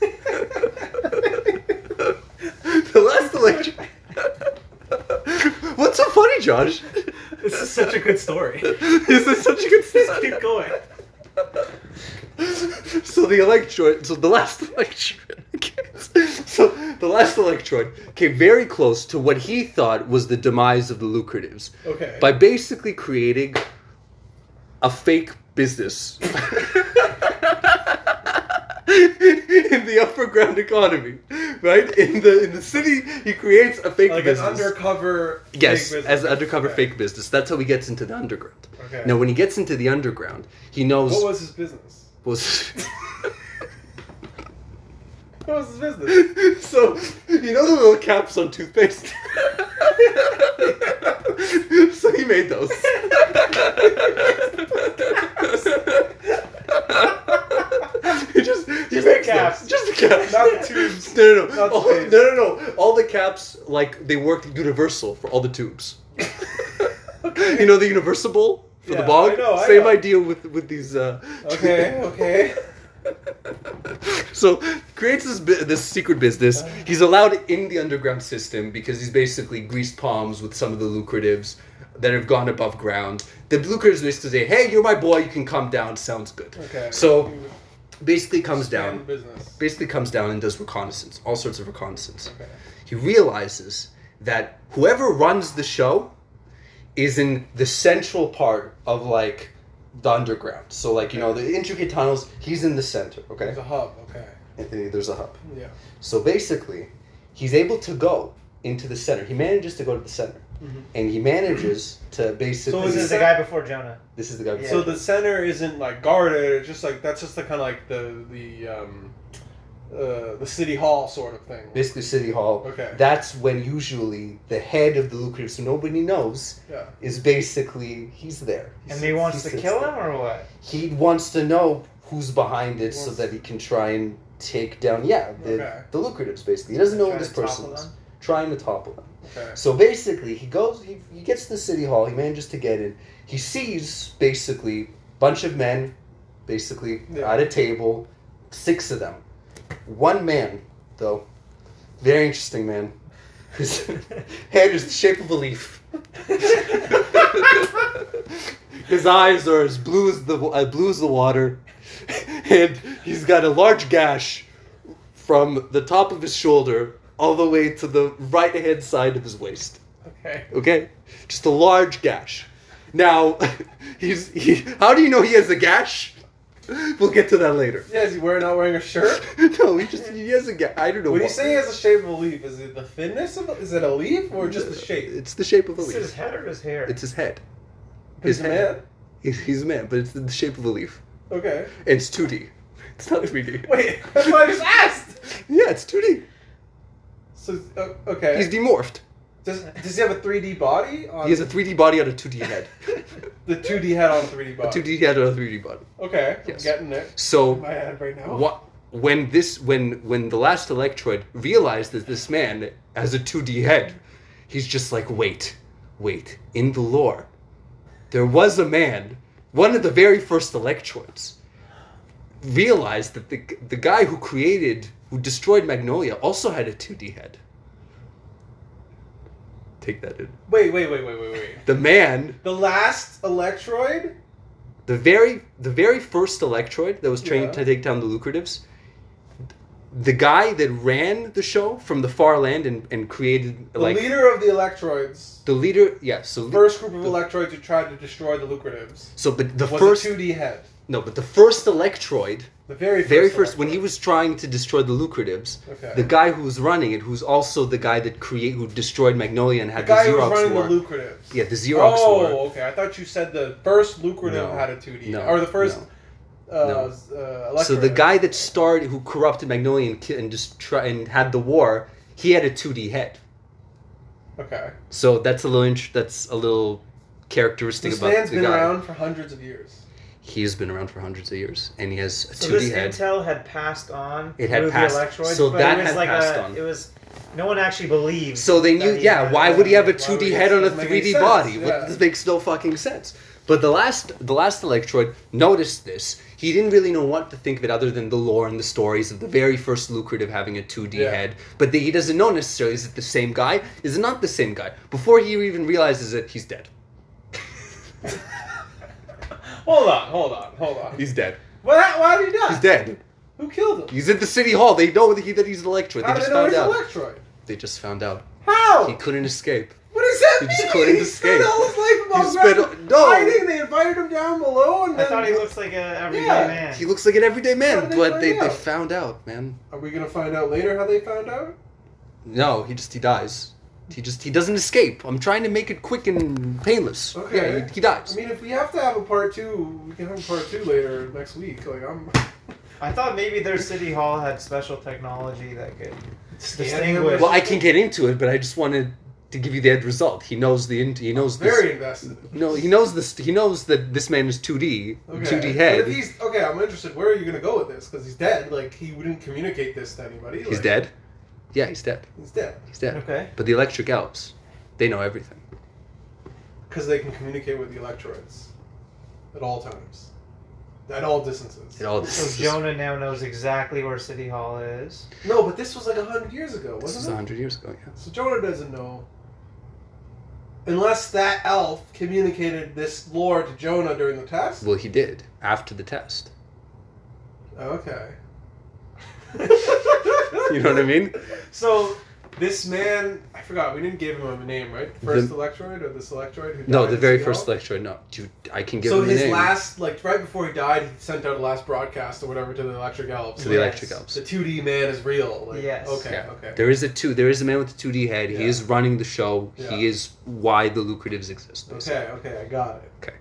Speaker 1: the last electroid. What's so funny, Josh?
Speaker 4: this is such a good story.
Speaker 1: this is such a good
Speaker 4: Just keep going.
Speaker 1: so the electroid, so the last electroid, so the last electroid came very close to what he thought was the demise of the lucratives
Speaker 4: Okay.
Speaker 1: by basically creating a fake business in the upper ground economy, right? In the in the city, he creates a fake
Speaker 4: like an
Speaker 1: business.
Speaker 4: undercover. big
Speaker 1: yes,
Speaker 4: business.
Speaker 1: as an undercover
Speaker 4: Okay.
Speaker 1: fake business. That's how he gets into the underground.
Speaker 4: Okay.
Speaker 1: Now, when he gets into the underground, he knows
Speaker 4: What was his business?
Speaker 1: was
Speaker 4: What was his business?
Speaker 1: so you know the little caps on toothpaste. so he made those. he just he
Speaker 2: Just the
Speaker 1: makes
Speaker 2: caps.
Speaker 1: Them. Just the caps,
Speaker 4: Not the tubes.
Speaker 1: No, no, no,
Speaker 4: Not the
Speaker 1: all, no,
Speaker 4: paste.
Speaker 1: no, no. All the caps like they worked at Universal for all the tubes.
Speaker 4: Okay.
Speaker 1: You know the Universal bowl for the
Speaker 4: Yeah,
Speaker 1: bog.
Speaker 4: I know, I
Speaker 1: Same
Speaker 4: know.
Speaker 1: idea with with these. Uh,
Speaker 4: Okay. Okay.
Speaker 1: so creates this bu- this secret business. He's allowed in the underground system because he's basically greased palms with some of the lucratives that have gone above ground. The lucratives basically say, "Hey, you're my boy. You can come down. Sounds good."
Speaker 4: Okay.
Speaker 1: So basically comes
Speaker 4: Expand the
Speaker 1: down,
Speaker 4: Business.
Speaker 1: basically comes down and does reconnaissance, all sorts of reconnaissance.
Speaker 4: Okay.
Speaker 1: He realizes that whoever runs the show is in the central part of like the underground. So like you know the intricate tunnels. He's in the center. Okay.
Speaker 4: There's a hub. Okay.
Speaker 1: Anthony, there's a hub.
Speaker 4: Yeah.
Speaker 1: So basically, he's able to go into the center. He manages to go to the center,
Speaker 4: Mhm.
Speaker 1: and he manages to basically.
Speaker 4: So
Speaker 2: This is the guy before Jonah.
Speaker 1: this is the guy.
Speaker 2: Yeah.
Speaker 4: So the center isn't like guarded. It's just like that's just the kind of like the the um, uh, the city hall sort of thing.
Speaker 1: basically City Hall.
Speaker 4: Okay.
Speaker 1: That's when usually the head of the lucrative, so nobody knows,
Speaker 4: Yeah.
Speaker 1: is basically he's there. He
Speaker 2: And
Speaker 1: sits-
Speaker 2: he wants to
Speaker 1: sits
Speaker 2: kill
Speaker 1: there.
Speaker 2: him or what?
Speaker 1: He wants to know who's behind it so
Speaker 4: Wants-
Speaker 1: that he can try and take down. Yeah, the
Speaker 4: Okay.
Speaker 1: the lucratives basically. He doesn't know who
Speaker 2: Trying
Speaker 1: this
Speaker 2: to topple
Speaker 1: person is.
Speaker 2: them?
Speaker 1: Trying to topple them.
Speaker 4: Okay.
Speaker 1: So basically, he goes, he, he gets to the city hall, he manages to get in. He sees basically bunch of men, basically
Speaker 4: Yeah.
Speaker 1: at a table, six of them. One man, though, very interesting man. His head is the shape of a leaf. His eyes are as blue as the uh, blue as the water, and he's got a large gash from the top of his shoulder all the way to the right hand side of his waist.
Speaker 4: Okay.
Speaker 1: Okay, just a large gash. Now, he's he, how do you know he has a gash? We'll get to that later.
Speaker 4: Yeah. Is he wearing not wearing a shirt?
Speaker 1: no, he just he has a gash. I don't know.
Speaker 4: When you
Speaker 1: why.
Speaker 4: say it's a shape of a leaf, is it the thinness of a, is it a leaf or just the shape?
Speaker 1: It's the shape of a
Speaker 2: Is it his
Speaker 1: leaf.
Speaker 2: head or his hair?
Speaker 1: It's his head.
Speaker 4: His
Speaker 1: His
Speaker 4: man.
Speaker 1: head. He's he's a man, but it's the shape of a leaf.
Speaker 4: Okay.
Speaker 1: And it's 2D. It's not 3D.
Speaker 4: Wait. That's what I just asked.
Speaker 1: Yeah, it's 2D.
Speaker 4: So o- okay.
Speaker 1: He's demorphed.
Speaker 4: does does he have a 3D body? On
Speaker 1: He has a 3D body on a 2D head.
Speaker 4: the 2D head on a 3D
Speaker 1: A
Speaker 4: body.
Speaker 1: 2D head on a 3D body.
Speaker 4: Okay.
Speaker 1: Yes.
Speaker 4: I'm getting it. In
Speaker 1: So
Speaker 4: my head right now.
Speaker 1: what when this when when the last electroid realized that this man has a 2D head, he's just like, wait, wait, in the lore, there was a man, one of the very first electroids, realized that the the guy who created who destroyed Magnolia also had a 2D head. take that in.
Speaker 4: Wait, wait, wait, wait, wait, wait.
Speaker 1: The man,
Speaker 4: The last Electroid?
Speaker 1: the very the very first Electroid that was trained
Speaker 4: Yeah.
Speaker 1: to take down the Lucratives, the guy that ran the show from the far land and, and created
Speaker 4: The
Speaker 1: like
Speaker 4: leader of the Electroids.
Speaker 1: the leader. Yeah, so
Speaker 4: First group of
Speaker 1: the-
Speaker 4: Electroids who tried to destroy the Lucratives.
Speaker 1: so but the
Speaker 4: was
Speaker 1: first
Speaker 4: a 2D head.
Speaker 1: no, but the first Electroid,
Speaker 4: The very first.
Speaker 1: very first when
Speaker 4: Electroid.
Speaker 1: he was trying to destroy the Lucratives,
Speaker 4: Okay.
Speaker 1: the guy who was running it, who's also the guy that create who destroyed Magnolia and
Speaker 4: The
Speaker 1: had the,
Speaker 4: guy who was
Speaker 1: Xerox
Speaker 4: running
Speaker 1: war.
Speaker 4: the Lucratives.
Speaker 1: yeah, the Xerox
Speaker 4: oh,
Speaker 1: war.
Speaker 4: okay. I thought you said the first lucrative
Speaker 1: No.
Speaker 4: had a 2D.
Speaker 1: No,
Speaker 4: Or the first uh,
Speaker 1: No.
Speaker 4: s- uh, electorate.
Speaker 1: So the guy that started, who corrupted Magnolia and, ki- and just try, and had the war, he had a 2D head.
Speaker 4: Okay.
Speaker 1: So that's a little int- that's a little characteristic
Speaker 4: This
Speaker 1: about
Speaker 4: man's
Speaker 1: the
Speaker 4: been
Speaker 1: guy.
Speaker 4: around for hundreds of years.
Speaker 1: He's been around for hundreds of years, and he has a
Speaker 2: So
Speaker 1: 2D
Speaker 2: this
Speaker 1: head.
Speaker 2: intel had passed on.
Speaker 1: It had
Speaker 2: through
Speaker 1: passed-
Speaker 2: The Electroids,
Speaker 1: so
Speaker 2: but
Speaker 1: that
Speaker 2: it was
Speaker 1: had
Speaker 2: like
Speaker 1: passed
Speaker 2: a,
Speaker 1: on.
Speaker 2: It was. No one actually believed.
Speaker 1: so they knew,
Speaker 2: that he
Speaker 1: yeah.
Speaker 2: had
Speaker 1: Why
Speaker 2: that.
Speaker 1: would he have a
Speaker 4: Why
Speaker 1: 2D
Speaker 4: would
Speaker 1: head
Speaker 4: it
Speaker 1: on a
Speaker 4: make any
Speaker 1: 3D
Speaker 4: sense?
Speaker 1: body? What-
Speaker 4: Yeah.
Speaker 1: This makes no fucking sense. But the last, the last Electroid noticed this. He didn't really know what to think of it, other than the lore and the stories of the very first lucrative having a 2D
Speaker 4: Yeah.
Speaker 1: head. But the, he doesn't know necessarily is it the same guy? Is it not the same guy? Before he even realizes it, he's dead.
Speaker 4: Hold on, hold on, hold on.
Speaker 1: He's dead.
Speaker 4: Why, why did he die?
Speaker 1: He's dead.
Speaker 4: Who killed him?
Speaker 1: He's at the city hall. They know that, he, that he's an Electroid.
Speaker 4: How
Speaker 1: they
Speaker 4: did
Speaker 1: just
Speaker 4: they know
Speaker 1: found
Speaker 4: he's
Speaker 1: out.
Speaker 4: Electroid?
Speaker 1: They just found out.
Speaker 4: How?
Speaker 1: He couldn't escape.
Speaker 4: what does that
Speaker 1: he
Speaker 4: mean?
Speaker 1: just couldn't
Speaker 4: he
Speaker 1: escape.
Speaker 4: spent all his life
Speaker 1: He
Speaker 4: above
Speaker 1: spent-
Speaker 4: ground
Speaker 1: no.
Speaker 4: hiding. They invited him down below, and
Speaker 2: I
Speaker 4: then
Speaker 2: thought he looked like a everyday
Speaker 4: Yeah,
Speaker 2: man.
Speaker 1: He looks like an everyday man,
Speaker 4: did they
Speaker 1: but
Speaker 4: find
Speaker 1: they, they
Speaker 4: out?
Speaker 1: found out, man.
Speaker 4: Are we gonna find out later how they found out?
Speaker 1: No, he just he dies. He just he doesn't escape. I'm trying to make it quick and painless.
Speaker 4: Okay.
Speaker 1: Yeah, he, he
Speaker 4: I
Speaker 1: dies.
Speaker 4: mean, if we have to have a part two, we can have a part two later next week. Like I'm
Speaker 2: I thought maybe their city hall had special technology that could
Speaker 4: Scanning him.
Speaker 2: distinguish.
Speaker 1: Well, I can get into it, but I just wanted to give you the end result. He knows the end. He knows this.
Speaker 4: very invested.
Speaker 1: No, he knows this. He knows that this man is 2D,
Speaker 4: Okay.
Speaker 1: 2D
Speaker 4: But if
Speaker 1: head.
Speaker 4: he's okay, I'm interested. Where are you gonna go with this? Because he's dead. Like he wouldn't communicate this to anybody.
Speaker 1: He's
Speaker 4: like,
Speaker 1: dead. Yeah, he's dead.
Speaker 4: He's dead.
Speaker 1: He's dead.
Speaker 2: Okay.
Speaker 1: But the Electric Alps, they know everything.
Speaker 4: Because they can communicate with the electroids at all times, at all distances.
Speaker 1: It all.
Speaker 2: So Jonah now knows exactly where city hall is.
Speaker 4: No, but this was like a hundred years ago,
Speaker 1: This was
Speaker 4: wasn't it?
Speaker 1: hundred years ago. Yeah.
Speaker 4: So Jonah doesn't know. Unless that elf communicated this lore to Jonah during the test.
Speaker 1: Well, he did after the test.
Speaker 4: Okay.
Speaker 1: You know what I mean?
Speaker 4: So this man, I forgot. We didn't give him a name, right? The first Electroid or this Electroid? Who
Speaker 1: No,
Speaker 4: died
Speaker 1: the
Speaker 4: as
Speaker 1: very
Speaker 4: the
Speaker 1: first
Speaker 4: elf?
Speaker 1: Electroid. No, dude, I can give
Speaker 4: so
Speaker 1: him the
Speaker 4: his
Speaker 1: name.
Speaker 4: last, like right before he died, he sent out a last broadcast or whatever to the Electric Elves.
Speaker 1: to the Electric Alps.
Speaker 4: The 2D man is real. Like,
Speaker 2: Yes.
Speaker 4: Okay.
Speaker 1: Yeah.
Speaker 4: Okay.
Speaker 1: There is a two. There is a man with a two D head.
Speaker 4: Yeah.
Speaker 1: He is running the show.
Speaker 4: Yeah.
Speaker 1: He is why the lucratives exist. basically.
Speaker 4: Okay. Okay. I got it.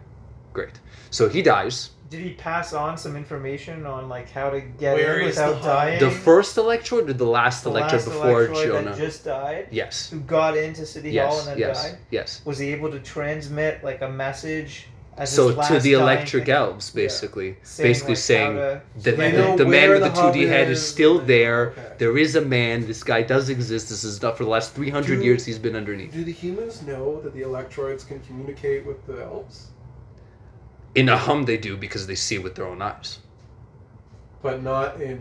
Speaker 1: Great. So he dies.
Speaker 2: Did he pass on some information on like how to get
Speaker 4: Where
Speaker 2: in
Speaker 4: is the
Speaker 2: without
Speaker 4: hall?
Speaker 2: dying?
Speaker 1: The first Electrode or the last
Speaker 2: The last
Speaker 1: Electrode before
Speaker 2: Electroid
Speaker 1: Jonah?
Speaker 2: that just died,
Speaker 1: Yes.
Speaker 2: who got into city hall
Speaker 1: Yes.
Speaker 2: and then
Speaker 1: Yes.
Speaker 2: died,
Speaker 1: Yes.
Speaker 2: was he able to transmit like a message? As his
Speaker 1: So to
Speaker 2: last
Speaker 1: the
Speaker 2: dying
Speaker 1: Electric
Speaker 2: thing,
Speaker 1: Elves, basically,
Speaker 2: saying,
Speaker 1: basically
Speaker 2: like, how
Speaker 1: saying
Speaker 2: to-
Speaker 1: that
Speaker 2: They
Speaker 1: the,
Speaker 2: know
Speaker 1: the man
Speaker 4: where
Speaker 1: with the
Speaker 4: the
Speaker 1: two D
Speaker 4: hub
Speaker 1: head is
Speaker 4: is.
Speaker 1: still there.
Speaker 4: Okay.
Speaker 1: There is a man. This guy does exist. This is not for the last three hundred
Speaker 4: Do-
Speaker 1: years. He's been underneath.
Speaker 4: Do the humans know that the Electroids can communicate with the Elves,
Speaker 1: In a hum, they do because they see with their own eyes.
Speaker 4: but not in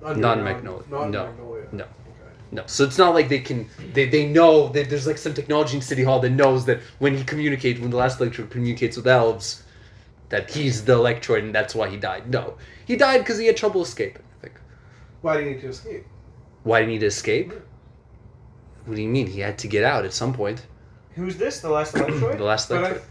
Speaker 4: underground-
Speaker 1: Not in Magnolia.
Speaker 4: Not in
Speaker 1: No.
Speaker 4: Magnolia.
Speaker 1: No.
Speaker 4: Okay.
Speaker 1: No, so it's not like they can. They, they know that there's like some technology in City Hall that knows that when he communicates, when the last Electroid communicates with elves, that he's the Electroid and that's why he died. No, he died because he had trouble escaping. I think.
Speaker 4: Why do you need to escape?
Speaker 1: Why did he need to escape? What do you mean? He had to get out at some point.
Speaker 2: Who's this? The last
Speaker 1: the
Speaker 2: Electroid?
Speaker 1: last
Speaker 4: But I-
Speaker 1: Electroid.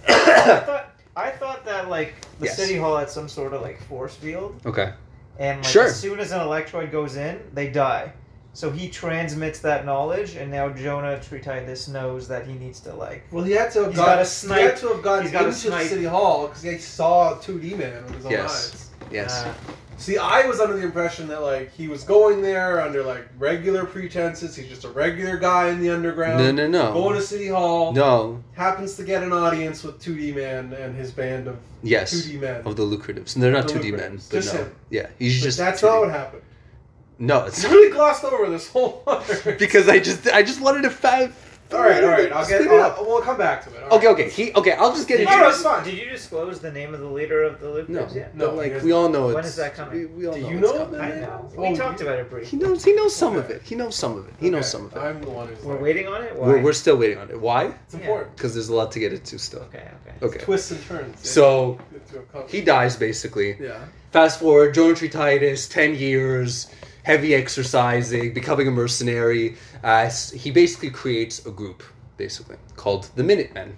Speaker 2: I thought I thought that like the
Speaker 1: Yes.
Speaker 2: city hall had some sort of like force field.
Speaker 1: Okay.
Speaker 2: And like,
Speaker 1: Sure.
Speaker 2: as soon as an electroid goes in, they die. So he transmits that knowledge, and now Jonah Treetitus knows that he needs to like.
Speaker 4: Well, he had to have
Speaker 2: He's
Speaker 4: gotten,
Speaker 2: gotta
Speaker 4: He had
Speaker 2: snipe-
Speaker 4: to have gotten
Speaker 2: he's gotta
Speaker 4: into the
Speaker 2: snipe.
Speaker 4: city hall because he saw a 2D man with his own
Speaker 1: Yes.
Speaker 4: eyes.
Speaker 1: Yes.
Speaker 2: uh,
Speaker 4: See, I was under the impression that like he was going there under like regular pretenses. He's just a regular guy in the underground.
Speaker 1: no, no,
Speaker 4: Going
Speaker 1: no.
Speaker 4: to city hall.
Speaker 1: No.
Speaker 4: Happens to get an audience with 2D man and his band of
Speaker 1: Yes.
Speaker 4: 2D men.
Speaker 1: Of the lucratives. And they're not
Speaker 4: The
Speaker 1: 2D men,
Speaker 4: lucratives.
Speaker 1: but
Speaker 4: Just
Speaker 1: no.
Speaker 4: him.
Speaker 1: Yeah, he's
Speaker 4: But
Speaker 1: just.
Speaker 4: that's
Speaker 1: 2D.
Speaker 4: not what happened.
Speaker 1: No, it's
Speaker 4: You really glossed over this whole part.
Speaker 1: because I just I just wanted to fa-
Speaker 4: All right, all right. I'll
Speaker 1: Just
Speaker 4: get.
Speaker 1: leave it
Speaker 4: I'll,
Speaker 1: up.
Speaker 4: we'll come back to it. all
Speaker 1: Okay,
Speaker 4: right.
Speaker 1: okay. He okay. I'll just get
Speaker 2: Did
Speaker 1: it.
Speaker 2: you,
Speaker 4: no,
Speaker 1: to-
Speaker 4: it's fine.
Speaker 2: did you disclose the name of the leader of the Loop
Speaker 1: No,
Speaker 2: Groups yet?
Speaker 1: no.
Speaker 4: No,
Speaker 1: Like
Speaker 4: yes.
Speaker 1: we all know.
Speaker 2: When
Speaker 1: it's-
Speaker 2: is that coming?
Speaker 1: We, we all
Speaker 4: Do
Speaker 1: know.
Speaker 4: you
Speaker 1: it's
Speaker 4: know
Speaker 1: coming.
Speaker 4: the
Speaker 2: I
Speaker 4: name?
Speaker 2: know.
Speaker 4: Oh,
Speaker 2: We talked
Speaker 4: you-
Speaker 2: about it
Speaker 1: He
Speaker 2: briefly.
Speaker 1: knows. He knows some of
Speaker 4: Okay.
Speaker 1: it. He knows some of it. He knows
Speaker 4: Okay,
Speaker 1: some of it.
Speaker 4: I'm the one who's.
Speaker 2: We're
Speaker 4: like,
Speaker 2: waiting on it? Why?
Speaker 1: We're, we're still waiting on it. Why?
Speaker 4: It's
Speaker 2: Yeah.
Speaker 4: important.
Speaker 1: Because there's a lot to get into still.
Speaker 2: Okay, okay.
Speaker 1: Okay.
Speaker 4: Twists and turns.
Speaker 1: So
Speaker 4: It's a company.
Speaker 1: he dies basically.
Speaker 4: Yeah.
Speaker 1: Fast forward, Geometry Titus, 10 years, heavy exercising, becoming a mercenary. Uh, s- he basically creates a group, basically, called the Minutemen,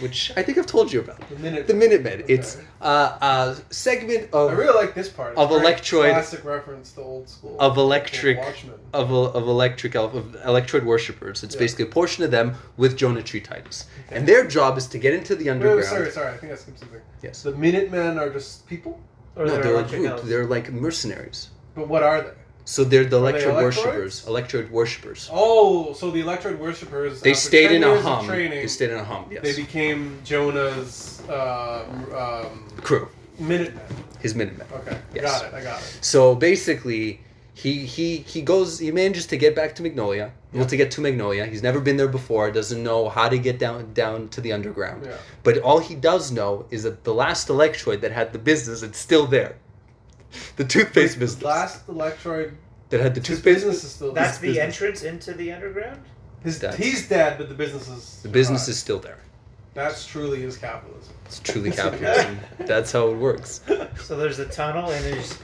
Speaker 1: which I think I've told you about.
Speaker 4: The minute.
Speaker 1: The Minutemen. It's
Speaker 4: Okay.
Speaker 1: uh, a segment
Speaker 4: I
Speaker 1: of,
Speaker 4: really like this part. It's
Speaker 1: of
Speaker 4: very
Speaker 1: Electroid-
Speaker 4: Classic reference to old school.
Speaker 1: of electric.
Speaker 4: Watchmen.
Speaker 1: Of, of electric of, of electroid worshippers. It's
Speaker 4: Yeah.
Speaker 1: basically a portion of them with Geometry Titus, and their job is to get into the
Speaker 4: Wait,
Speaker 1: underground.
Speaker 4: wait, sorry, sorry. I think I skipped something.
Speaker 1: Yes.
Speaker 4: The Minutemen are just people.
Speaker 2: Or
Speaker 1: no,
Speaker 2: they're
Speaker 1: they're a
Speaker 2: electric
Speaker 1: group.
Speaker 2: elves.
Speaker 1: They're like mercenaries.
Speaker 4: But what are they?
Speaker 1: So they're the
Speaker 4: they
Speaker 1: electroid
Speaker 4: electroids?
Speaker 1: worshippers. Electroid worshippers.
Speaker 4: Oh, so the Electroid worshippers.
Speaker 1: They
Speaker 4: after
Speaker 1: stayed
Speaker 4: 10
Speaker 1: in a
Speaker 4: years of
Speaker 1: hum.
Speaker 4: Training,
Speaker 1: They stayed in a hum. Yes.
Speaker 4: They became Jonah's um, um,
Speaker 1: crew.
Speaker 4: Minutemen.
Speaker 1: His Minutemen.
Speaker 4: Okay,
Speaker 1: Yes.
Speaker 4: got it. I got it.
Speaker 1: So basically, he he he goes. He manages to get back to Magnolia. Well, to get to Magnolia, he's never been there before. Doesn't know how to get down down to the underground.
Speaker 4: Yeah.
Speaker 1: But all he does know is that the last Electroid that had the business, it's still there. The toothpaste business
Speaker 4: Last Electroid.
Speaker 1: that had the
Speaker 4: His
Speaker 1: toothpaste
Speaker 4: business is still.
Speaker 2: That's
Speaker 1: This
Speaker 2: the
Speaker 1: business.
Speaker 2: entrance into the underground?
Speaker 4: his,
Speaker 1: That's-
Speaker 4: he's dead, but the business is.
Speaker 1: The business is still there.
Speaker 4: That's truly his capitalism.
Speaker 1: It's truly capitalism. That's how it works.
Speaker 2: So there's a tunnel and there's.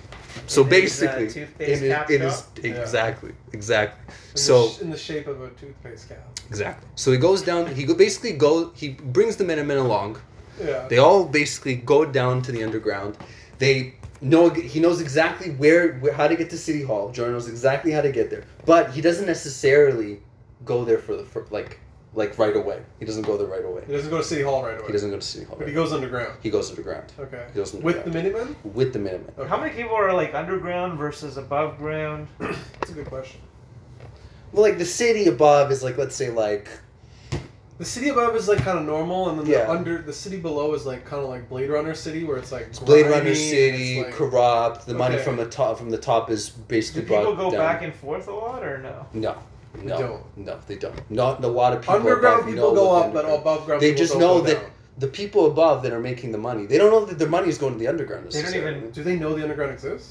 Speaker 1: So
Speaker 2: and there's, uh,
Speaker 1: basically,
Speaker 2: toothpaste
Speaker 1: it is-
Speaker 2: cap
Speaker 1: it
Speaker 2: shop?
Speaker 1: is
Speaker 4: Yeah.
Speaker 1: exactly exactly.
Speaker 4: In
Speaker 1: So
Speaker 4: the sh- in the shape of a toothpaste cap.
Speaker 1: Exactly. So he goes down. He go- basically go. He brings the Minutemen along.
Speaker 4: Yeah.
Speaker 1: They all basically go down to the underground. They know. He knows exactly where, where how to get to City Hall. Jordan knows exactly how to get there, but he doesn't necessarily go there for the for, like like right away. He doesn't go there right away.
Speaker 4: he doesn't go to City Hall right away.
Speaker 1: He doesn't go to City Hall.
Speaker 4: But he
Speaker 1: Right
Speaker 4: goes underground.
Speaker 1: he goes underground
Speaker 4: Okay.
Speaker 1: He goes
Speaker 4: With the
Speaker 1: underground.
Speaker 4: Minutemen?
Speaker 1: with the Minutemen.
Speaker 4: Okay.
Speaker 2: How many people are like underground versus above ground?
Speaker 4: That's a good question.
Speaker 1: Well, like the city above is like let's say like
Speaker 4: The city above is like kind of normal, and then
Speaker 1: Yeah.
Speaker 4: the under the city below is like kind of like Blade Runner City, where it's like
Speaker 1: it's Blade
Speaker 4: grimy,
Speaker 1: Runner
Speaker 4: and
Speaker 1: City,
Speaker 4: it's, like-
Speaker 1: corrupt. The money
Speaker 4: Okay.
Speaker 1: from the top from the top is
Speaker 2: Do
Speaker 1: basically
Speaker 2: people
Speaker 1: brought
Speaker 2: go
Speaker 1: down.
Speaker 2: back and forth a lot or no?
Speaker 1: No, no,
Speaker 4: don't.
Speaker 1: no, they don't. Not a lot of people.
Speaker 4: underground
Speaker 1: above
Speaker 4: people
Speaker 1: know
Speaker 4: go
Speaker 1: what
Speaker 4: up,
Speaker 1: the
Speaker 4: but
Speaker 1: underground-
Speaker 4: above ground
Speaker 1: They
Speaker 4: people
Speaker 1: just
Speaker 4: don't
Speaker 1: know
Speaker 4: go
Speaker 1: that
Speaker 4: down.
Speaker 1: the people above that are making the money. They don't know that their money is going to the underground.
Speaker 2: They don't even-
Speaker 4: Do they know the underground exists?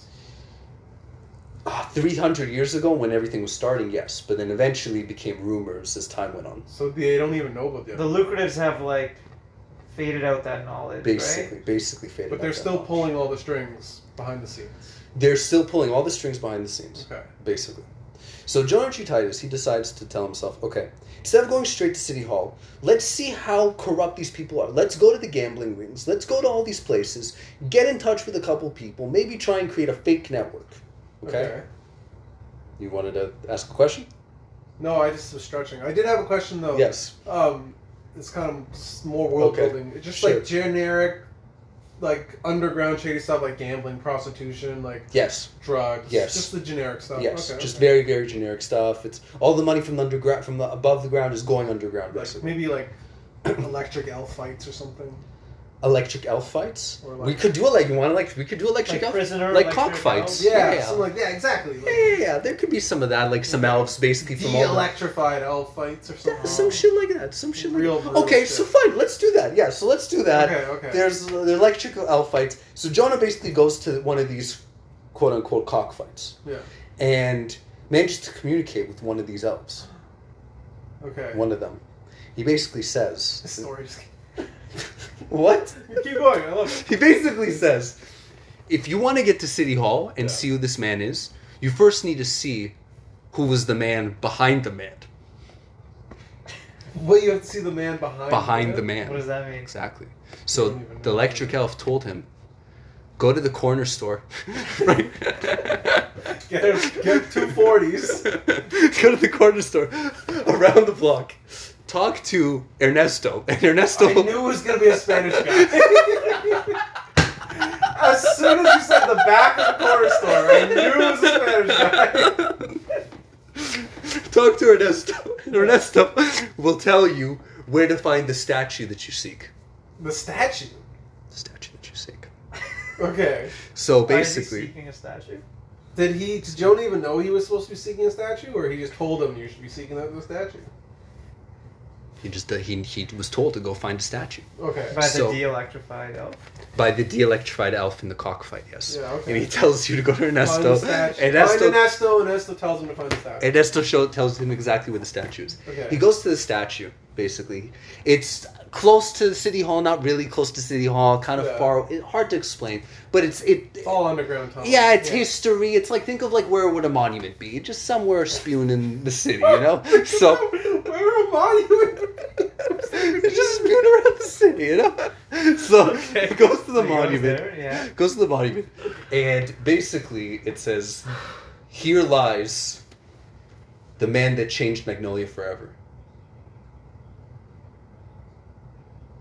Speaker 1: Ah, Three hundred years ago, when everything was starting, yes, but then eventually became rumors as time went on.
Speaker 4: So they don't even know about the
Speaker 2: The
Speaker 4: underground.
Speaker 2: lucratives have like faded out that knowledge,
Speaker 1: Basically, basically faded.
Speaker 4: But
Speaker 1: out
Speaker 4: they're
Speaker 1: that
Speaker 4: still
Speaker 1: much.
Speaker 4: pulling all the strings behind the scenes.
Speaker 1: They're still pulling all the strings behind the scenes,
Speaker 4: Okay.
Speaker 1: basically. So Jonah G. Titus, he decides to tell himself, okay, instead of going straight to City Hall, let's see how corrupt these people are. Let's go to the gambling rings. Let's go to all these places. Get in touch with a couple people. Maybe try and create a fake network. Okay. You wanted to ask a question?
Speaker 4: No, I just was stretching. I did have a question though.
Speaker 1: Yes.
Speaker 4: Um, it's kind of s- more world
Speaker 1: Okay.
Speaker 4: building. It's just
Speaker 1: Sure.
Speaker 4: like generic, like underground shady stuff, like gambling, prostitution, like
Speaker 1: Yes.
Speaker 4: drugs.
Speaker 1: Yes.
Speaker 4: Just the generic stuff.
Speaker 1: yes.
Speaker 4: Okay,
Speaker 1: Just
Speaker 4: okay.
Speaker 1: very, very generic stuff. It's all the money from the underground, from the above the ground, is going underground.
Speaker 4: Like,
Speaker 1: Basically.
Speaker 4: maybe like electric elf fights or something.
Speaker 1: Electric elf fights.
Speaker 4: Or
Speaker 1: we
Speaker 4: like-
Speaker 1: could do a like you want like we could do electric
Speaker 2: Like
Speaker 1: elf
Speaker 2: prisoner,
Speaker 1: like
Speaker 2: electric
Speaker 1: cockfights.
Speaker 2: elf?
Speaker 4: Yeah. Something like yeah, exactly.
Speaker 1: Yeah,
Speaker 4: Like,
Speaker 1: yeah, yeah, there could be some of that, like some
Speaker 4: Yeah.
Speaker 1: elves basically from all the,
Speaker 4: de-electrified elf fights or
Speaker 1: Yeah,
Speaker 4: something.
Speaker 1: some shit like that, some shit like
Speaker 4: Oh. Real
Speaker 1: that.
Speaker 4: brutal
Speaker 1: Okay,
Speaker 4: shit.
Speaker 1: so fine, let's do that. Yeah, so let's do that.
Speaker 4: Okay, okay.
Speaker 1: There's uh, the electrical elf fights. So Jonah basically goes to one of these quote unquote cockfights
Speaker 4: Yeah.
Speaker 1: and manages to communicate with one of these elves.
Speaker 4: Okay.
Speaker 1: One of them. He basically says
Speaker 4: This story just
Speaker 1: What?
Speaker 4: keep going. I love it.
Speaker 1: He basically says if you want to get to City Hall and
Speaker 4: Yeah.
Speaker 1: see who this man is, you first need to see who was the man behind the man.
Speaker 4: Well, you have to see the man behind.
Speaker 1: Behind the
Speaker 4: it.
Speaker 1: man.
Speaker 2: What does that mean?
Speaker 1: Exactly. So
Speaker 4: don't even
Speaker 1: the
Speaker 4: know.
Speaker 1: electric elf told him, "Go to the corner store, right?
Speaker 4: Get him- get two 40s.
Speaker 1: Go to the corner store around the block. Talk to Ernesto, and Ernesto.
Speaker 4: I knew it was gonna be a Spanish guy. as soon as you said the back of the corner store, I knew it was a Spanish guy.
Speaker 1: Talk to Ernesto. and Ernesto will tell you where to find the statue that you seek.
Speaker 4: The statue.
Speaker 1: The statue that you seek.
Speaker 4: Okay.
Speaker 1: So
Speaker 2: Why is he
Speaker 1: basically,
Speaker 2: seeking a statue?
Speaker 4: Did he? Did Jonah even know he was supposed to be seeking a statue, or he just told him you should be seeking out the statue?
Speaker 1: He just uh, he he was told to go find a statue
Speaker 4: Okay.
Speaker 2: By
Speaker 1: So-
Speaker 2: the de-electrified elf.
Speaker 1: by the de-electrified elf in the cockfight. Yes.
Speaker 4: Yeah, okay.
Speaker 1: And he tells you to go to
Speaker 4: Find the
Speaker 1: Ernesto.
Speaker 4: statue. Find
Speaker 1: Ernesto
Speaker 4: Ernesto, and Ernesto tells him to find the statue.
Speaker 1: Ernesto show, tells him exactly where the statue is.
Speaker 4: Okay.
Speaker 1: He goes to the statue, basically. It's close to City Hall, not really close to City Hall, kind of
Speaker 4: Yeah.
Speaker 1: far. It, hard to explain, but it's it.
Speaker 4: It's all underground tunnel.
Speaker 1: yeah, it's history. It's like think of like where would a monument be? Just somewhere spewing in the city, you know. So
Speaker 4: where am I?
Speaker 1: just spewing around the city, you know. So
Speaker 4: Okay.
Speaker 1: he goes to the
Speaker 2: He goes
Speaker 1: monument.
Speaker 2: there, yeah.
Speaker 1: goes to the monument, and basically it says, "Here lies the man that changed Magnolia forever."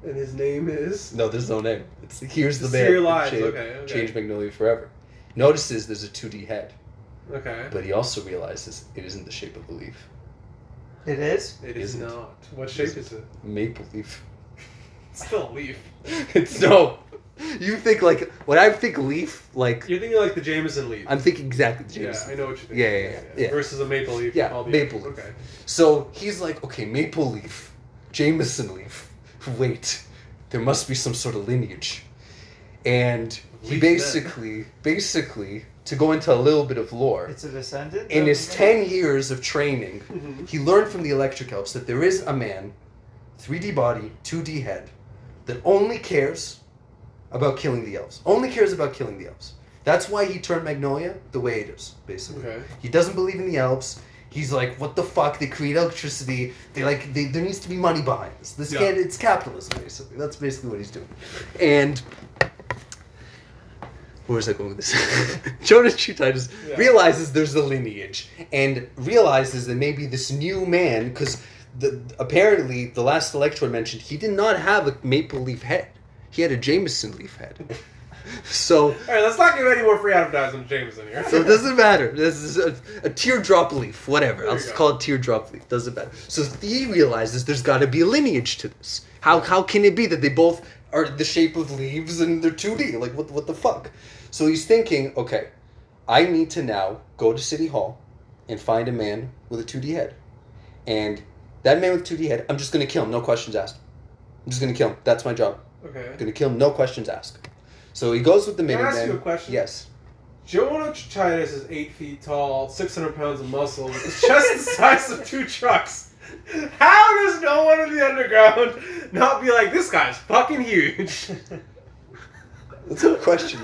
Speaker 4: and his name is.
Speaker 1: No, there's no name. It's here's the
Speaker 4: It's
Speaker 1: man.
Speaker 4: here
Speaker 1: that
Speaker 4: lies,
Speaker 1: cha-
Speaker 4: okay, okay.
Speaker 1: Changed Magnolia forever. Notices there's a 2D head,
Speaker 4: Okay.
Speaker 1: but he also realizes it isn't the shape of a leaf,
Speaker 2: It is.
Speaker 4: It is
Speaker 1: Isn't.
Speaker 4: not. What shape
Speaker 1: Isn't.
Speaker 4: is it?
Speaker 1: maple leaf.
Speaker 4: It's still a leaf.
Speaker 1: it's no. You think like when I think leaf, like
Speaker 4: You're thinking like the Jameson leaf.
Speaker 1: I'm thinking exactly the Jameson.
Speaker 4: Yeah, I know what you're thinking.
Speaker 1: Yeah, yeah, yeah, yeah.
Speaker 4: Versus a maple leaf.
Speaker 1: Yeah,
Speaker 4: all the-
Speaker 1: maple leaf.
Speaker 4: Okay.
Speaker 1: So he's like, okay, maple leaf, Jameson leaf. Wait, there must be some sort of lineage. And he
Speaker 4: Leaf men.
Speaker 1: basically, basically, to go into a little bit of lore,
Speaker 2: It's a descendant.
Speaker 1: in
Speaker 2: of
Speaker 1: his
Speaker 2: the-
Speaker 1: 10 years of training,
Speaker 4: Mhm.
Speaker 1: he learned from the electric elves that there is a man, 3D body, 2D head, that only cares about killing the elves. Only cares about killing the elves. That's why he turned Magnolia the way it is, basically.
Speaker 4: Okay.
Speaker 1: He doesn't believe in the elves. He's like, what the fuck? They create electricity. They like, they, there needs to be money behind this. This
Speaker 4: Yeah.
Speaker 1: can't. It's capitalism, basically. That's basically what he's doing. And where was I going with this? Jonas Trutitus
Speaker 4: Yeah.
Speaker 1: realizes there's a lineage and realizes that maybe this new man, because the, apparently the last electron mentioned, he did not have a maple leaf head. He had a Jameson leaf head. so.
Speaker 4: All right, let's not give any more free advertising to Jameson here.
Speaker 1: So it doesn't matter. This is a, a teardrop leaf, whatever.
Speaker 4: There
Speaker 1: I'll
Speaker 4: you
Speaker 1: just
Speaker 4: go.
Speaker 1: call it teardrop leaf. Doesn't matter. So he realizes there's got to be a lineage to this. How how can it be that they both are the shape of leaves and they're two D? Like what what the fuck? So he's thinking, okay, I need to now go to city hall and find a man with a two D head, and that man with two D head, I'm just gonna kill him. No questions asked. I'm just gonna kill him. That's my job.
Speaker 4: Okay.
Speaker 1: gonna kill him. No questions asked. So he goes with the
Speaker 4: Can I
Speaker 1: minute
Speaker 4: ask
Speaker 1: man.
Speaker 4: you a question?
Speaker 1: Yes.
Speaker 4: Jonah Chitis is eight feet tall, six hundred pounds of muscle, with a chest the size of two trucks. How does no one in the underground not be like, this guy's fucking huge?
Speaker 1: That's a good question.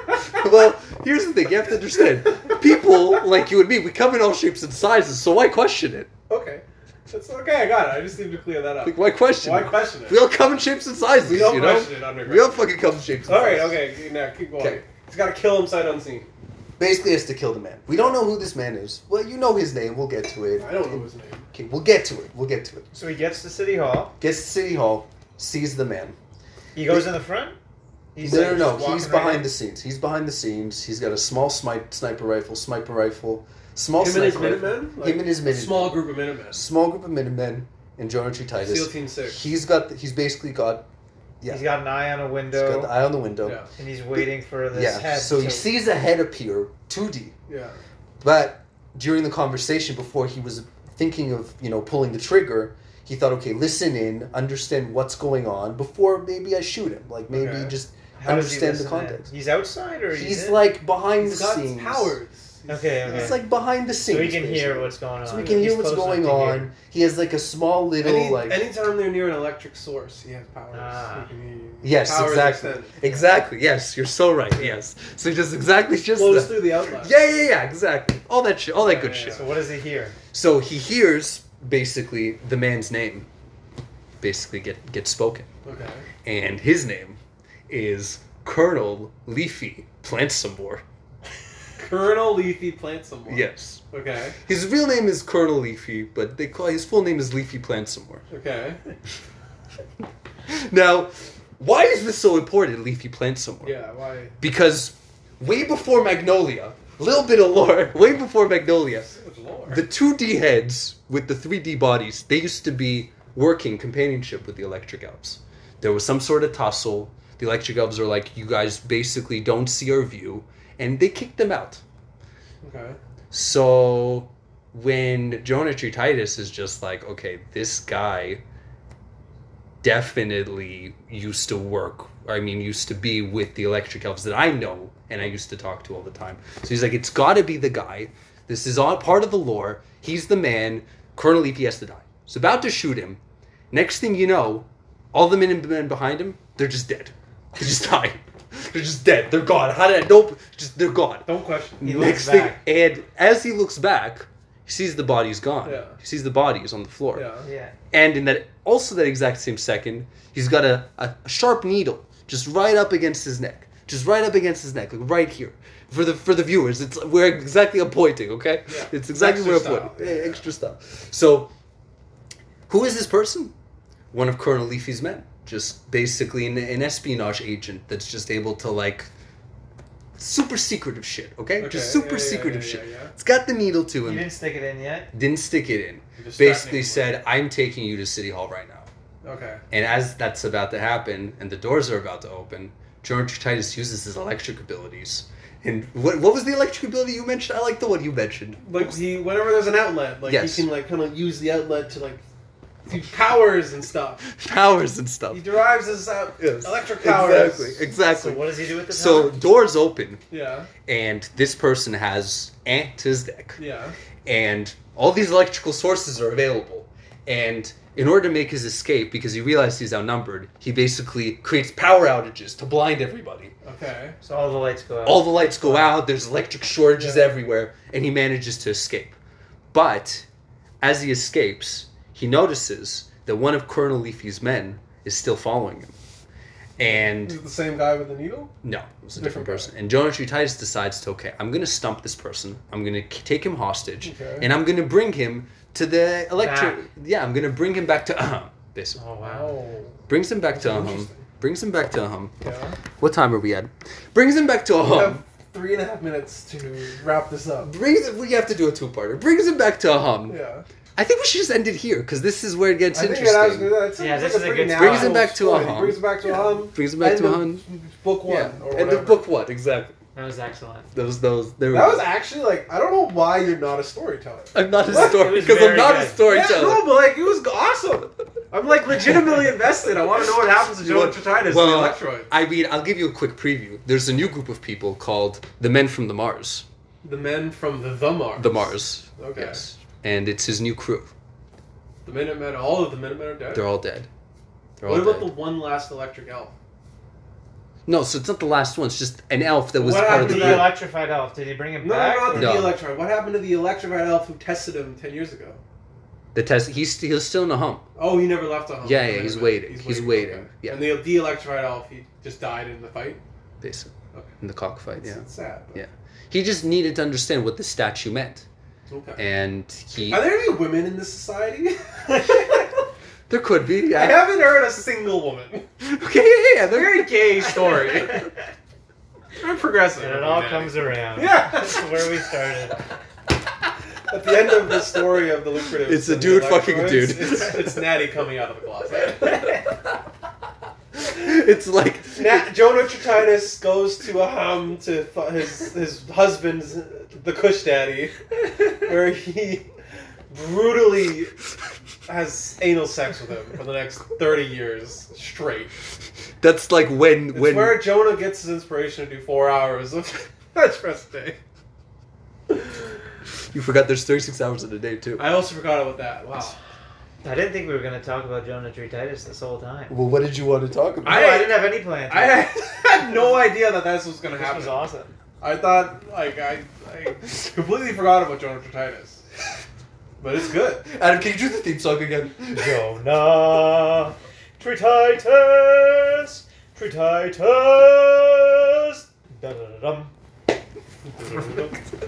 Speaker 1: well, here's the thing. You have to understand. People like you and me, we come in all shapes and sizes, so why question it?
Speaker 4: Okay. That's okay, I got it. I just need to clear that up.
Speaker 1: Like, why question
Speaker 4: Why
Speaker 1: it?
Speaker 4: question it?
Speaker 1: We all come in shapes and sizes,
Speaker 4: We all
Speaker 1: you know?
Speaker 4: question it underground.
Speaker 1: We all fucking come in shapes and
Speaker 4: Alright,
Speaker 1: sizes.
Speaker 4: okay, now keep going.
Speaker 1: Okay.
Speaker 4: He's gotta kill him sight unseen.
Speaker 1: Basically, it's to kill the man. We don't know who this man is. Well, you know his name. We'll get to it.
Speaker 4: I don't know his name.
Speaker 1: Okay, we'll get to it. We'll get to it.
Speaker 2: So he gets to City Hall.
Speaker 1: Gets to City Hall, sees the man.
Speaker 2: He goes in the front. He's
Speaker 1: no,
Speaker 2: like
Speaker 1: no,
Speaker 2: just
Speaker 1: no. He's
Speaker 2: walking
Speaker 1: behind
Speaker 2: around.
Speaker 1: the scenes. He's behind the scenes. He's got a small snipe, sniper rifle, sniper rifle, small
Speaker 4: Him and
Speaker 1: sniper
Speaker 4: his
Speaker 1: rifle.
Speaker 4: Minutemen? Like,
Speaker 1: Him and his Minutemen.
Speaker 4: Small group of Minutemen.
Speaker 1: small group of Minutemen and Geometry Titus.
Speaker 4: SEAL Team 6.
Speaker 1: He's got. He's basically got. Yeah.
Speaker 2: He's got an eye on a
Speaker 1: he's got
Speaker 2: window,
Speaker 1: the eye on the window.
Speaker 4: Yeah,
Speaker 2: and he's waiting for this
Speaker 1: Yeah.
Speaker 2: head.
Speaker 1: So
Speaker 2: to-
Speaker 1: he sees a head appear, two D.
Speaker 4: yeah.
Speaker 1: But during the conversation, before he was thinking of you know pulling the trigger, he thought, okay, listen in, understand what's going on before maybe I shoot him. Like maybe
Speaker 4: Okay.
Speaker 1: just
Speaker 2: How does he
Speaker 1: understand the
Speaker 2: listen in?
Speaker 1: context.
Speaker 2: He's outside, or
Speaker 1: he's,
Speaker 2: he's, in?
Speaker 1: like behind
Speaker 4: He's
Speaker 1: the
Speaker 4: got
Speaker 1: scenes.
Speaker 4: powers. He's-
Speaker 2: Okay, okay.
Speaker 1: It's like behind the
Speaker 2: so
Speaker 1: scenes.
Speaker 2: he can hear
Speaker 1: basically.
Speaker 2: what's going on.
Speaker 1: So we can hear
Speaker 2: He's
Speaker 1: what's
Speaker 2: close
Speaker 1: going
Speaker 2: enough to
Speaker 1: on.
Speaker 2: hear.
Speaker 1: He has like a small little
Speaker 4: Any,
Speaker 1: like.
Speaker 4: anytime they're near an electric source, he has powers.
Speaker 2: Ah.
Speaker 4: He can-
Speaker 1: Yes,
Speaker 4: powers
Speaker 1: exactly.
Speaker 4: extend.
Speaker 1: Exactly. Yes, you're so right. Yes. So just exactly just
Speaker 4: Blows
Speaker 1: that.
Speaker 4: through the outlet.
Speaker 1: Yeah, yeah, yeah. Exactly. All that shit. All that
Speaker 4: Yeah,
Speaker 1: good
Speaker 4: yeah,
Speaker 1: shit.
Speaker 4: yeah.
Speaker 2: So what does he hear?
Speaker 1: So he hears basically the man's name, basically get get spoken,
Speaker 4: Okay.
Speaker 1: and his name is Colonel Leafy Plant some more.
Speaker 4: Colonel Leafy plants someone.
Speaker 1: Yes.
Speaker 4: Okay.
Speaker 1: His real name is Colonel Leafy, but they call his full name is Leafy Plant some more.
Speaker 4: Okay.
Speaker 1: Now, why is this so important? Leafy Plant some more.
Speaker 4: Yeah. Why?
Speaker 1: Because way before Magnolia, little bit of lore, way before Magnolia,
Speaker 4: So much lore.
Speaker 1: the 2D heads with the 3D bodies, they used to be working companionship with the Electric Elves. There was some sort of tussle. The Electric Elves are like, you guys basically don't see our view, and they kicked them out.
Speaker 4: okay.
Speaker 1: So when Jonah Tree Titus is just like, okay, this guy definitely used to work. I mean, used to be with the electric elves that I know and I used to talk to all the time. So he's like, it's got to be the guy. This is all part of the lore. He's the man. Colonel Leafy has to die. It's about to shoot him. Next thing you know, all the men and men behind him, they're just dead. They just die. They're just dead. They're gone. How did I? Nope. Just they're gone.
Speaker 4: Don't question.
Speaker 2: He
Speaker 1: Next
Speaker 2: looks
Speaker 1: thing,
Speaker 2: back.
Speaker 1: and as he looks back, he sees the body's gone.
Speaker 4: Yeah.
Speaker 1: He sees the body's on the floor.
Speaker 4: Yeah.
Speaker 2: Yeah.
Speaker 1: And in that, also that exact same second, he's got a, a sharp needle just right up against his neck, just right up against his neck, like right here. For the for the viewers, it's where exactly I'm pointing. Okay,
Speaker 4: Yeah.
Speaker 1: it's exactly
Speaker 4: Extra
Speaker 1: where
Speaker 4: style.
Speaker 1: I'm pointing.
Speaker 4: Yeah,
Speaker 1: Yeah,
Speaker 4: yeah.
Speaker 1: Extra stuff. So, who is this person? One of Colonel Leafy's men, just basically an, an espionage agent that's just able to like super secretive shit. Okay,
Speaker 4: Okay,
Speaker 1: just super
Speaker 4: yeah, yeah,
Speaker 1: secretive
Speaker 4: yeah,
Speaker 1: shit.
Speaker 4: yeah, yeah.
Speaker 1: It's got the needle to
Speaker 2: You
Speaker 1: him.
Speaker 2: didn't stick it in yet.
Speaker 1: didn't stick it in
Speaker 4: You're distracting
Speaker 1: basically
Speaker 4: him.
Speaker 1: said, I'm taking you to City Hall right now.
Speaker 4: Okay.
Speaker 1: And as that's about to happen and the doors are about to open, George Titus uses his electric abilities. And what, what was the electric ability you mentioned? I like the one you mentioned.
Speaker 4: Like he, whenever there's an outlet, like
Speaker 1: Yes.
Speaker 4: he can like kind of use the outlet to like do powers and stuff.
Speaker 1: Powers and stuff.
Speaker 4: He derives his uh,
Speaker 1: Yes.
Speaker 4: electric powers.
Speaker 1: Exactly, exactly.
Speaker 2: So what does he do with the
Speaker 1: So
Speaker 2: power?
Speaker 1: doors open,
Speaker 4: Yeah.
Speaker 1: and this person has ant to his deck.
Speaker 4: Yeah.
Speaker 1: and all these electrical sources are available. And in order to make his escape, because he realizes he's outnumbered, he basically creates power outages to blind everybody.
Speaker 4: Okay.
Speaker 2: So all the lights go out.
Speaker 1: All the lights go out, there's electric shortages
Speaker 4: Yeah.
Speaker 1: everywhere, and he manages to escape. But as he escapes, he notices that one of Colonel Leafy's men is still following him. And
Speaker 4: Is it the same guy with the needle?
Speaker 1: no, it was a different,
Speaker 4: Different guy.
Speaker 1: person. And Jonah Tree Titus decides to okay, I'm gonna stump this person. I'm gonna k- take him hostage,
Speaker 4: Okay.
Speaker 1: and I'm gonna bring him to the electric.
Speaker 2: Back.
Speaker 1: Yeah, I'm gonna bring him back to Aham. Basically,
Speaker 2: Oh wow.
Speaker 4: Wow.
Speaker 1: brings him back to
Speaker 4: Uh-huh. That's
Speaker 1: Aham.
Speaker 4: interesting.
Speaker 1: Brings him back to Aham.
Speaker 4: Yeah.
Speaker 1: What time are we at? Brings him back to
Speaker 4: We
Speaker 1: Aham.
Speaker 4: have three and a half minutes to wrap this up.
Speaker 1: Brings. We have to do a two-parter. Brings him back to Aham.
Speaker 4: Yeah.
Speaker 1: I think we should just end it here because this is where it gets
Speaker 4: I think
Speaker 1: interesting.
Speaker 4: that was, that sounds
Speaker 2: Yeah,
Speaker 4: like
Speaker 2: this
Speaker 4: a
Speaker 2: is a
Speaker 4: pretty
Speaker 2: good
Speaker 4: natural
Speaker 1: Brings it back to
Speaker 4: story.
Speaker 1: Aham.
Speaker 4: Brings it back to Aham.
Speaker 1: Brings him back
Speaker 4: End
Speaker 1: to
Speaker 4: of
Speaker 1: Aham.
Speaker 4: Book one.
Speaker 1: Yeah.
Speaker 4: Or
Speaker 1: End
Speaker 4: whatever.
Speaker 1: of book one. Exactly.
Speaker 2: That was excellent.
Speaker 1: Those. Those. There we
Speaker 4: That
Speaker 1: go.
Speaker 4: was actually like I don't know why you're not a storyteller.
Speaker 1: I'm not a
Speaker 4: What?
Speaker 2: It
Speaker 1: story
Speaker 2: was
Speaker 1: because I'm
Speaker 2: very
Speaker 1: not a
Speaker 2: good.
Speaker 1: storyteller.
Speaker 4: Yeah, no, but like it was awesome. I'm like legitimately invested. I want to know what happens to
Speaker 1: You
Speaker 4: Joe
Speaker 1: want-
Speaker 4: Trititis
Speaker 1: well,
Speaker 4: the Electroid.
Speaker 1: I mean, I'll give you a quick preview. There's a new group of people called the Men from the Mars.
Speaker 4: The men from the The Mars.
Speaker 1: The Mars.
Speaker 4: Okay.
Speaker 1: Yes. And it's his new crew.
Speaker 4: The Minutemen. All of the Minutemen are dead.
Speaker 1: They're all dead. They're
Speaker 4: what
Speaker 1: all
Speaker 4: about
Speaker 1: dead.
Speaker 4: the one last Electric Elf?
Speaker 1: No, so it's not the last one. It's just an elf that was
Speaker 4: What
Speaker 1: part
Speaker 2: What
Speaker 1: of
Speaker 2: did
Speaker 1: the
Speaker 4: happened to
Speaker 1: group.
Speaker 2: the electrified elf? Did he bring him
Speaker 4: No,
Speaker 2: back?
Speaker 4: not the
Speaker 1: No.
Speaker 4: Electroid. What happened to the Electrified Elf who tested him ten years ago?
Speaker 1: The test. He's st- he's still in a hump.
Speaker 4: Oh, he never left on.
Speaker 1: Yeah, yeah, he's waiting. He's waiting. Yeah.
Speaker 4: And the the Electrified Elf, he just died in the fight.
Speaker 1: basically
Speaker 4: Okay.
Speaker 1: in the cockfight.
Speaker 4: It's,
Speaker 1: Yeah.
Speaker 4: it's sad. but-
Speaker 1: Yeah. He just needed to understand what the statue meant,
Speaker 4: Okay.
Speaker 1: and he.
Speaker 4: Are there any women in this society?
Speaker 1: There could be.
Speaker 4: I
Speaker 1: Yeah.
Speaker 4: haven't heard a single woman.
Speaker 1: Okay. Yeah. yeah there-
Speaker 4: Very gay story. Very progressive.
Speaker 2: And it all comes around.
Speaker 4: Yeah.
Speaker 2: That's where we started.
Speaker 4: At the end of the story of the lucrative.
Speaker 1: It's a
Speaker 4: and
Speaker 1: dude
Speaker 4: the
Speaker 1: fucking a dude.
Speaker 4: electrodes, It's, it's Natty coming out of the closet.
Speaker 1: it's like
Speaker 4: Nat, Jonah Trititis goes to Aham to f- his his husband's the Kush Daddy, where he brutally has anal sex with him for the next thirty years straight.
Speaker 1: that's like when
Speaker 4: It's
Speaker 1: when
Speaker 4: where Jonah gets his inspiration to do four hours of French press a day.
Speaker 1: you forgot there's 36 hours in a day too.
Speaker 4: I also forgot about that. Wow.
Speaker 2: I didn't think we were going to talk about Jonah Tree Titus this whole time.
Speaker 1: Well, what did you want to talk about?
Speaker 2: No, I, didn't have any plans.
Speaker 4: I had no idea that this was gonna
Speaker 2: this
Speaker 4: happen.
Speaker 2: was awesome.
Speaker 4: I thought like I, I completely forgot about Jonah Trititis. But it's good.
Speaker 1: Adam, can you do the theme song again?
Speaker 2: Jonah Tree Titus! Tree Titus! Dum-dum-dum.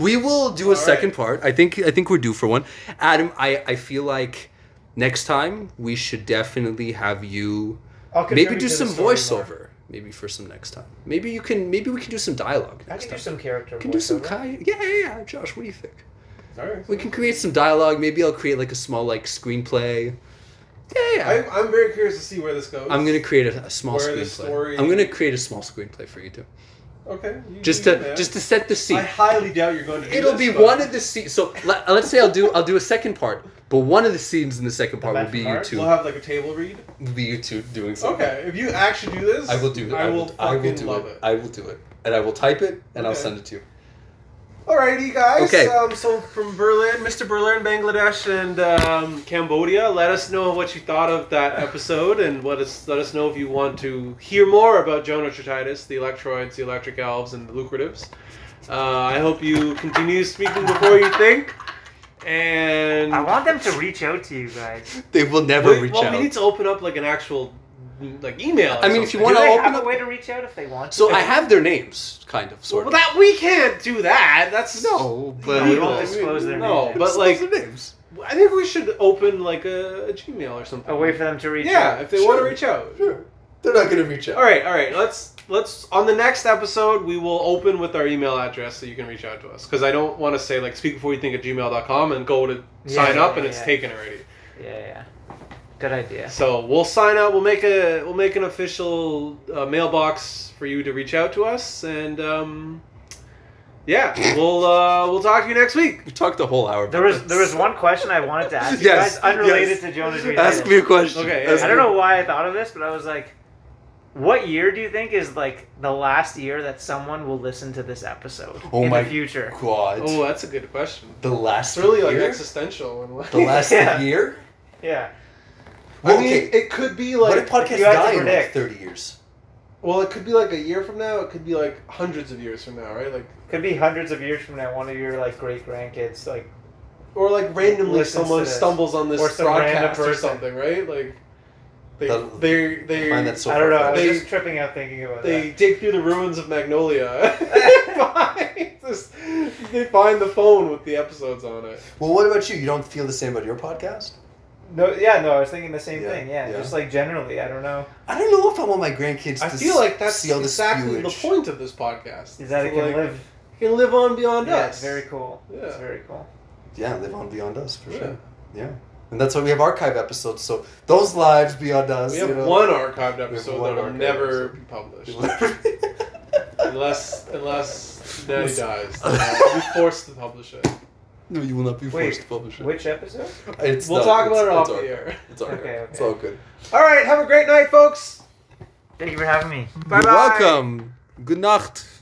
Speaker 1: we will do a
Speaker 4: All
Speaker 1: second
Speaker 4: right.
Speaker 1: part. I think I think we're due for one. Adam, I, I feel like next time we should definitely have you
Speaker 2: I'll
Speaker 1: maybe
Speaker 2: contribute
Speaker 1: do
Speaker 2: to the
Speaker 1: some
Speaker 2: story more.
Speaker 1: voiceover. Maybe for some next time. Maybe you can maybe we can do some dialogue
Speaker 2: I
Speaker 1: next
Speaker 2: can
Speaker 1: time.
Speaker 2: do some character
Speaker 1: we can do some
Speaker 2: voiceover.
Speaker 1: ki- yeah, yeah, yeah, Josh, what do you think?
Speaker 4: Alright.
Speaker 1: We can create some dialogue. Maybe I'll create like a small like screenplay. Yeah, yeah.
Speaker 4: I, I'm very curious to see where this goes.
Speaker 1: I'm gonna create a, a small
Speaker 4: Where the
Speaker 1: screenplay.
Speaker 4: story-
Speaker 1: I'm gonna create a small screenplay for you too,
Speaker 4: Okay. you-
Speaker 1: just
Speaker 4: you
Speaker 1: to
Speaker 4: do that.
Speaker 1: just to set the
Speaker 4: I
Speaker 1: scene.
Speaker 4: highly doubt you're going to. Do
Speaker 1: It'll
Speaker 4: this,
Speaker 1: be
Speaker 4: but-
Speaker 1: uh, one of the scenes. So let, us say I'll do I'll do a second part But one of the scenes in the second part
Speaker 2: Back
Speaker 1: will be
Speaker 2: from
Speaker 1: you
Speaker 2: Mars?
Speaker 1: two,
Speaker 4: We'll have like a table read.
Speaker 1: will be you two doing something.
Speaker 4: Okay, if you actually do this,
Speaker 1: I will do it.
Speaker 4: I will.
Speaker 1: I will
Speaker 4: fucking
Speaker 1: do
Speaker 4: love
Speaker 1: it.
Speaker 4: it.
Speaker 1: I will do it, and I will type it, and I'll
Speaker 4: Okay.
Speaker 1: send it to you.
Speaker 4: Alrighty, guys.
Speaker 1: Okay.
Speaker 4: Um, so from Berlin, Mr. Berlin, Bangladesh, and um, Cambodia, let us know what you thought of that episode, and let us let us know if you want to hear more about Jonah Trititis, the Electroids, the Electric Elves, and the Lucratives. Uh, I hope you continue speaking before you think. And
Speaker 3: I want them to reach out to you guys.
Speaker 1: They will never
Speaker 4: Wait,
Speaker 1: reach
Speaker 4: well,
Speaker 1: out.
Speaker 4: we need to open up like an actual like email. or
Speaker 1: I mean, if you
Speaker 4: something.
Speaker 1: want-
Speaker 3: Do
Speaker 1: Wanna
Speaker 3: they
Speaker 1: open
Speaker 3: have
Speaker 1: up-
Speaker 3: a way to reach out if they want?
Speaker 1: so
Speaker 3: to?
Speaker 1: I have their names, kind of, sort
Speaker 4: Well,
Speaker 1: of.
Speaker 4: that we can't do that. That's
Speaker 1: no, but
Speaker 3: we
Speaker 4: illegal.
Speaker 3: won't disclose their
Speaker 4: No,
Speaker 3: names.
Speaker 4: but like
Speaker 1: their names.
Speaker 4: I think we should open like a, a Gmail or something.
Speaker 3: a way for them to reach
Speaker 4: yeah,
Speaker 3: out.
Speaker 4: if they
Speaker 1: Sure.
Speaker 4: want to reach out.
Speaker 1: Sure, they're not gonna reach out.
Speaker 4: All right, all right. Let's let's on the next episode we will open with our email address so you can reach out to us because I don't want to say like speak before you think at gmail.com and go to
Speaker 2: Yeah,
Speaker 4: sign
Speaker 2: yeah,
Speaker 4: up and
Speaker 2: yeah,
Speaker 4: it's
Speaker 2: yeah.
Speaker 4: taken already.
Speaker 2: Yeah, yeah. Good idea.
Speaker 4: So we'll sign up. We'll make a we'll make an official uh, mailbox for you to reach out to us and um, yeah, we'll uh, we'll talk to you next week.
Speaker 1: We talked the whole hour. About
Speaker 3: There was there was
Speaker 1: this.
Speaker 3: one question I wanted to ask you
Speaker 1: Yes,
Speaker 3: guys, unrelated
Speaker 1: yes.
Speaker 3: to Jonah's
Speaker 1: Ask
Speaker 3: reaction.
Speaker 1: me a question.
Speaker 4: Okay, yeah.
Speaker 1: Ask
Speaker 3: I don't
Speaker 1: me-
Speaker 3: know why I thought of this, but I was like, what year do you think is like the last year that someone will listen to this episode
Speaker 1: Oh
Speaker 3: in
Speaker 1: my
Speaker 3: the future?
Speaker 1: God,
Speaker 4: Oh, that's a good question.
Speaker 1: the last
Speaker 4: It's really like
Speaker 1: year.
Speaker 4: existential. and like-
Speaker 1: the last
Speaker 3: Yeah.
Speaker 1: year.
Speaker 3: Yeah.
Speaker 4: I mean,
Speaker 1: okay,
Speaker 4: it could be
Speaker 1: what
Speaker 4: like
Speaker 1: if podcasts
Speaker 4: you had to
Speaker 1: die in like
Speaker 4: predict.
Speaker 1: thirty years?
Speaker 4: Well, it could be like a year from now. It could be like hundreds of years from now, right? Like
Speaker 2: Could be hundreds of years from now, one of your like great grandkids, like
Speaker 4: or like randomly
Speaker 2: Listens to
Speaker 4: someone
Speaker 2: this.
Speaker 4: stumbles on this
Speaker 2: Or some random
Speaker 4: broadcast or
Speaker 2: person.
Speaker 4: something, right? Like they
Speaker 1: That-
Speaker 4: they they
Speaker 1: find that so
Speaker 2: I don't know. I was
Speaker 4: They-
Speaker 2: just tripping out thinking about
Speaker 4: they
Speaker 2: that.
Speaker 4: dig through the ruins of Magnolia. They find this- they find the phone with the episodes on it.
Speaker 1: Well, what about you? You don't feel the same about your podcast?
Speaker 2: No, yeah, no, I was thinking the same
Speaker 1: Yeah,
Speaker 2: thing. Yeah,
Speaker 1: yeah.
Speaker 2: just like generally, I don't know.
Speaker 1: I don't know if I want my grandkids.
Speaker 4: I
Speaker 1: to
Speaker 4: feel
Speaker 1: s-
Speaker 4: like that's
Speaker 1: see all this
Speaker 4: exactly the
Speaker 1: spewage.
Speaker 4: point of this podcast.
Speaker 2: Is that
Speaker 4: So,
Speaker 2: it can
Speaker 4: like,
Speaker 2: live?
Speaker 4: it can live on beyond
Speaker 2: Yeah,
Speaker 4: us.
Speaker 2: it's very cool. It's
Speaker 4: Yeah.
Speaker 2: very cool.
Speaker 1: Yeah, live on beyond us for
Speaker 4: Yeah.
Speaker 1: sure. Yeah, and that's why we have archive episodes. So those lives beyond us.
Speaker 4: We have
Speaker 1: you know,
Speaker 4: one archived
Speaker 1: We
Speaker 4: episode
Speaker 1: have one
Speaker 4: that will
Speaker 1: archived episode.
Speaker 4: never be published. unless unless Natty dies. We're forced to publish it.
Speaker 1: no, you will not be forced
Speaker 2: Wait,
Speaker 1: to publish it.
Speaker 2: Which episode?
Speaker 1: It's
Speaker 4: We'll
Speaker 1: not-
Speaker 4: talk
Speaker 1: it's-
Speaker 4: about it
Speaker 1: it's
Speaker 4: off
Speaker 1: archived.
Speaker 4: the air.
Speaker 1: It's all
Speaker 2: Okay,
Speaker 1: It's
Speaker 2: okay.
Speaker 1: all good.
Speaker 4: Alright, have a great night, folks.
Speaker 3: Thank you for having me.
Speaker 4: Bye bye.
Speaker 1: You're welcome. Good night.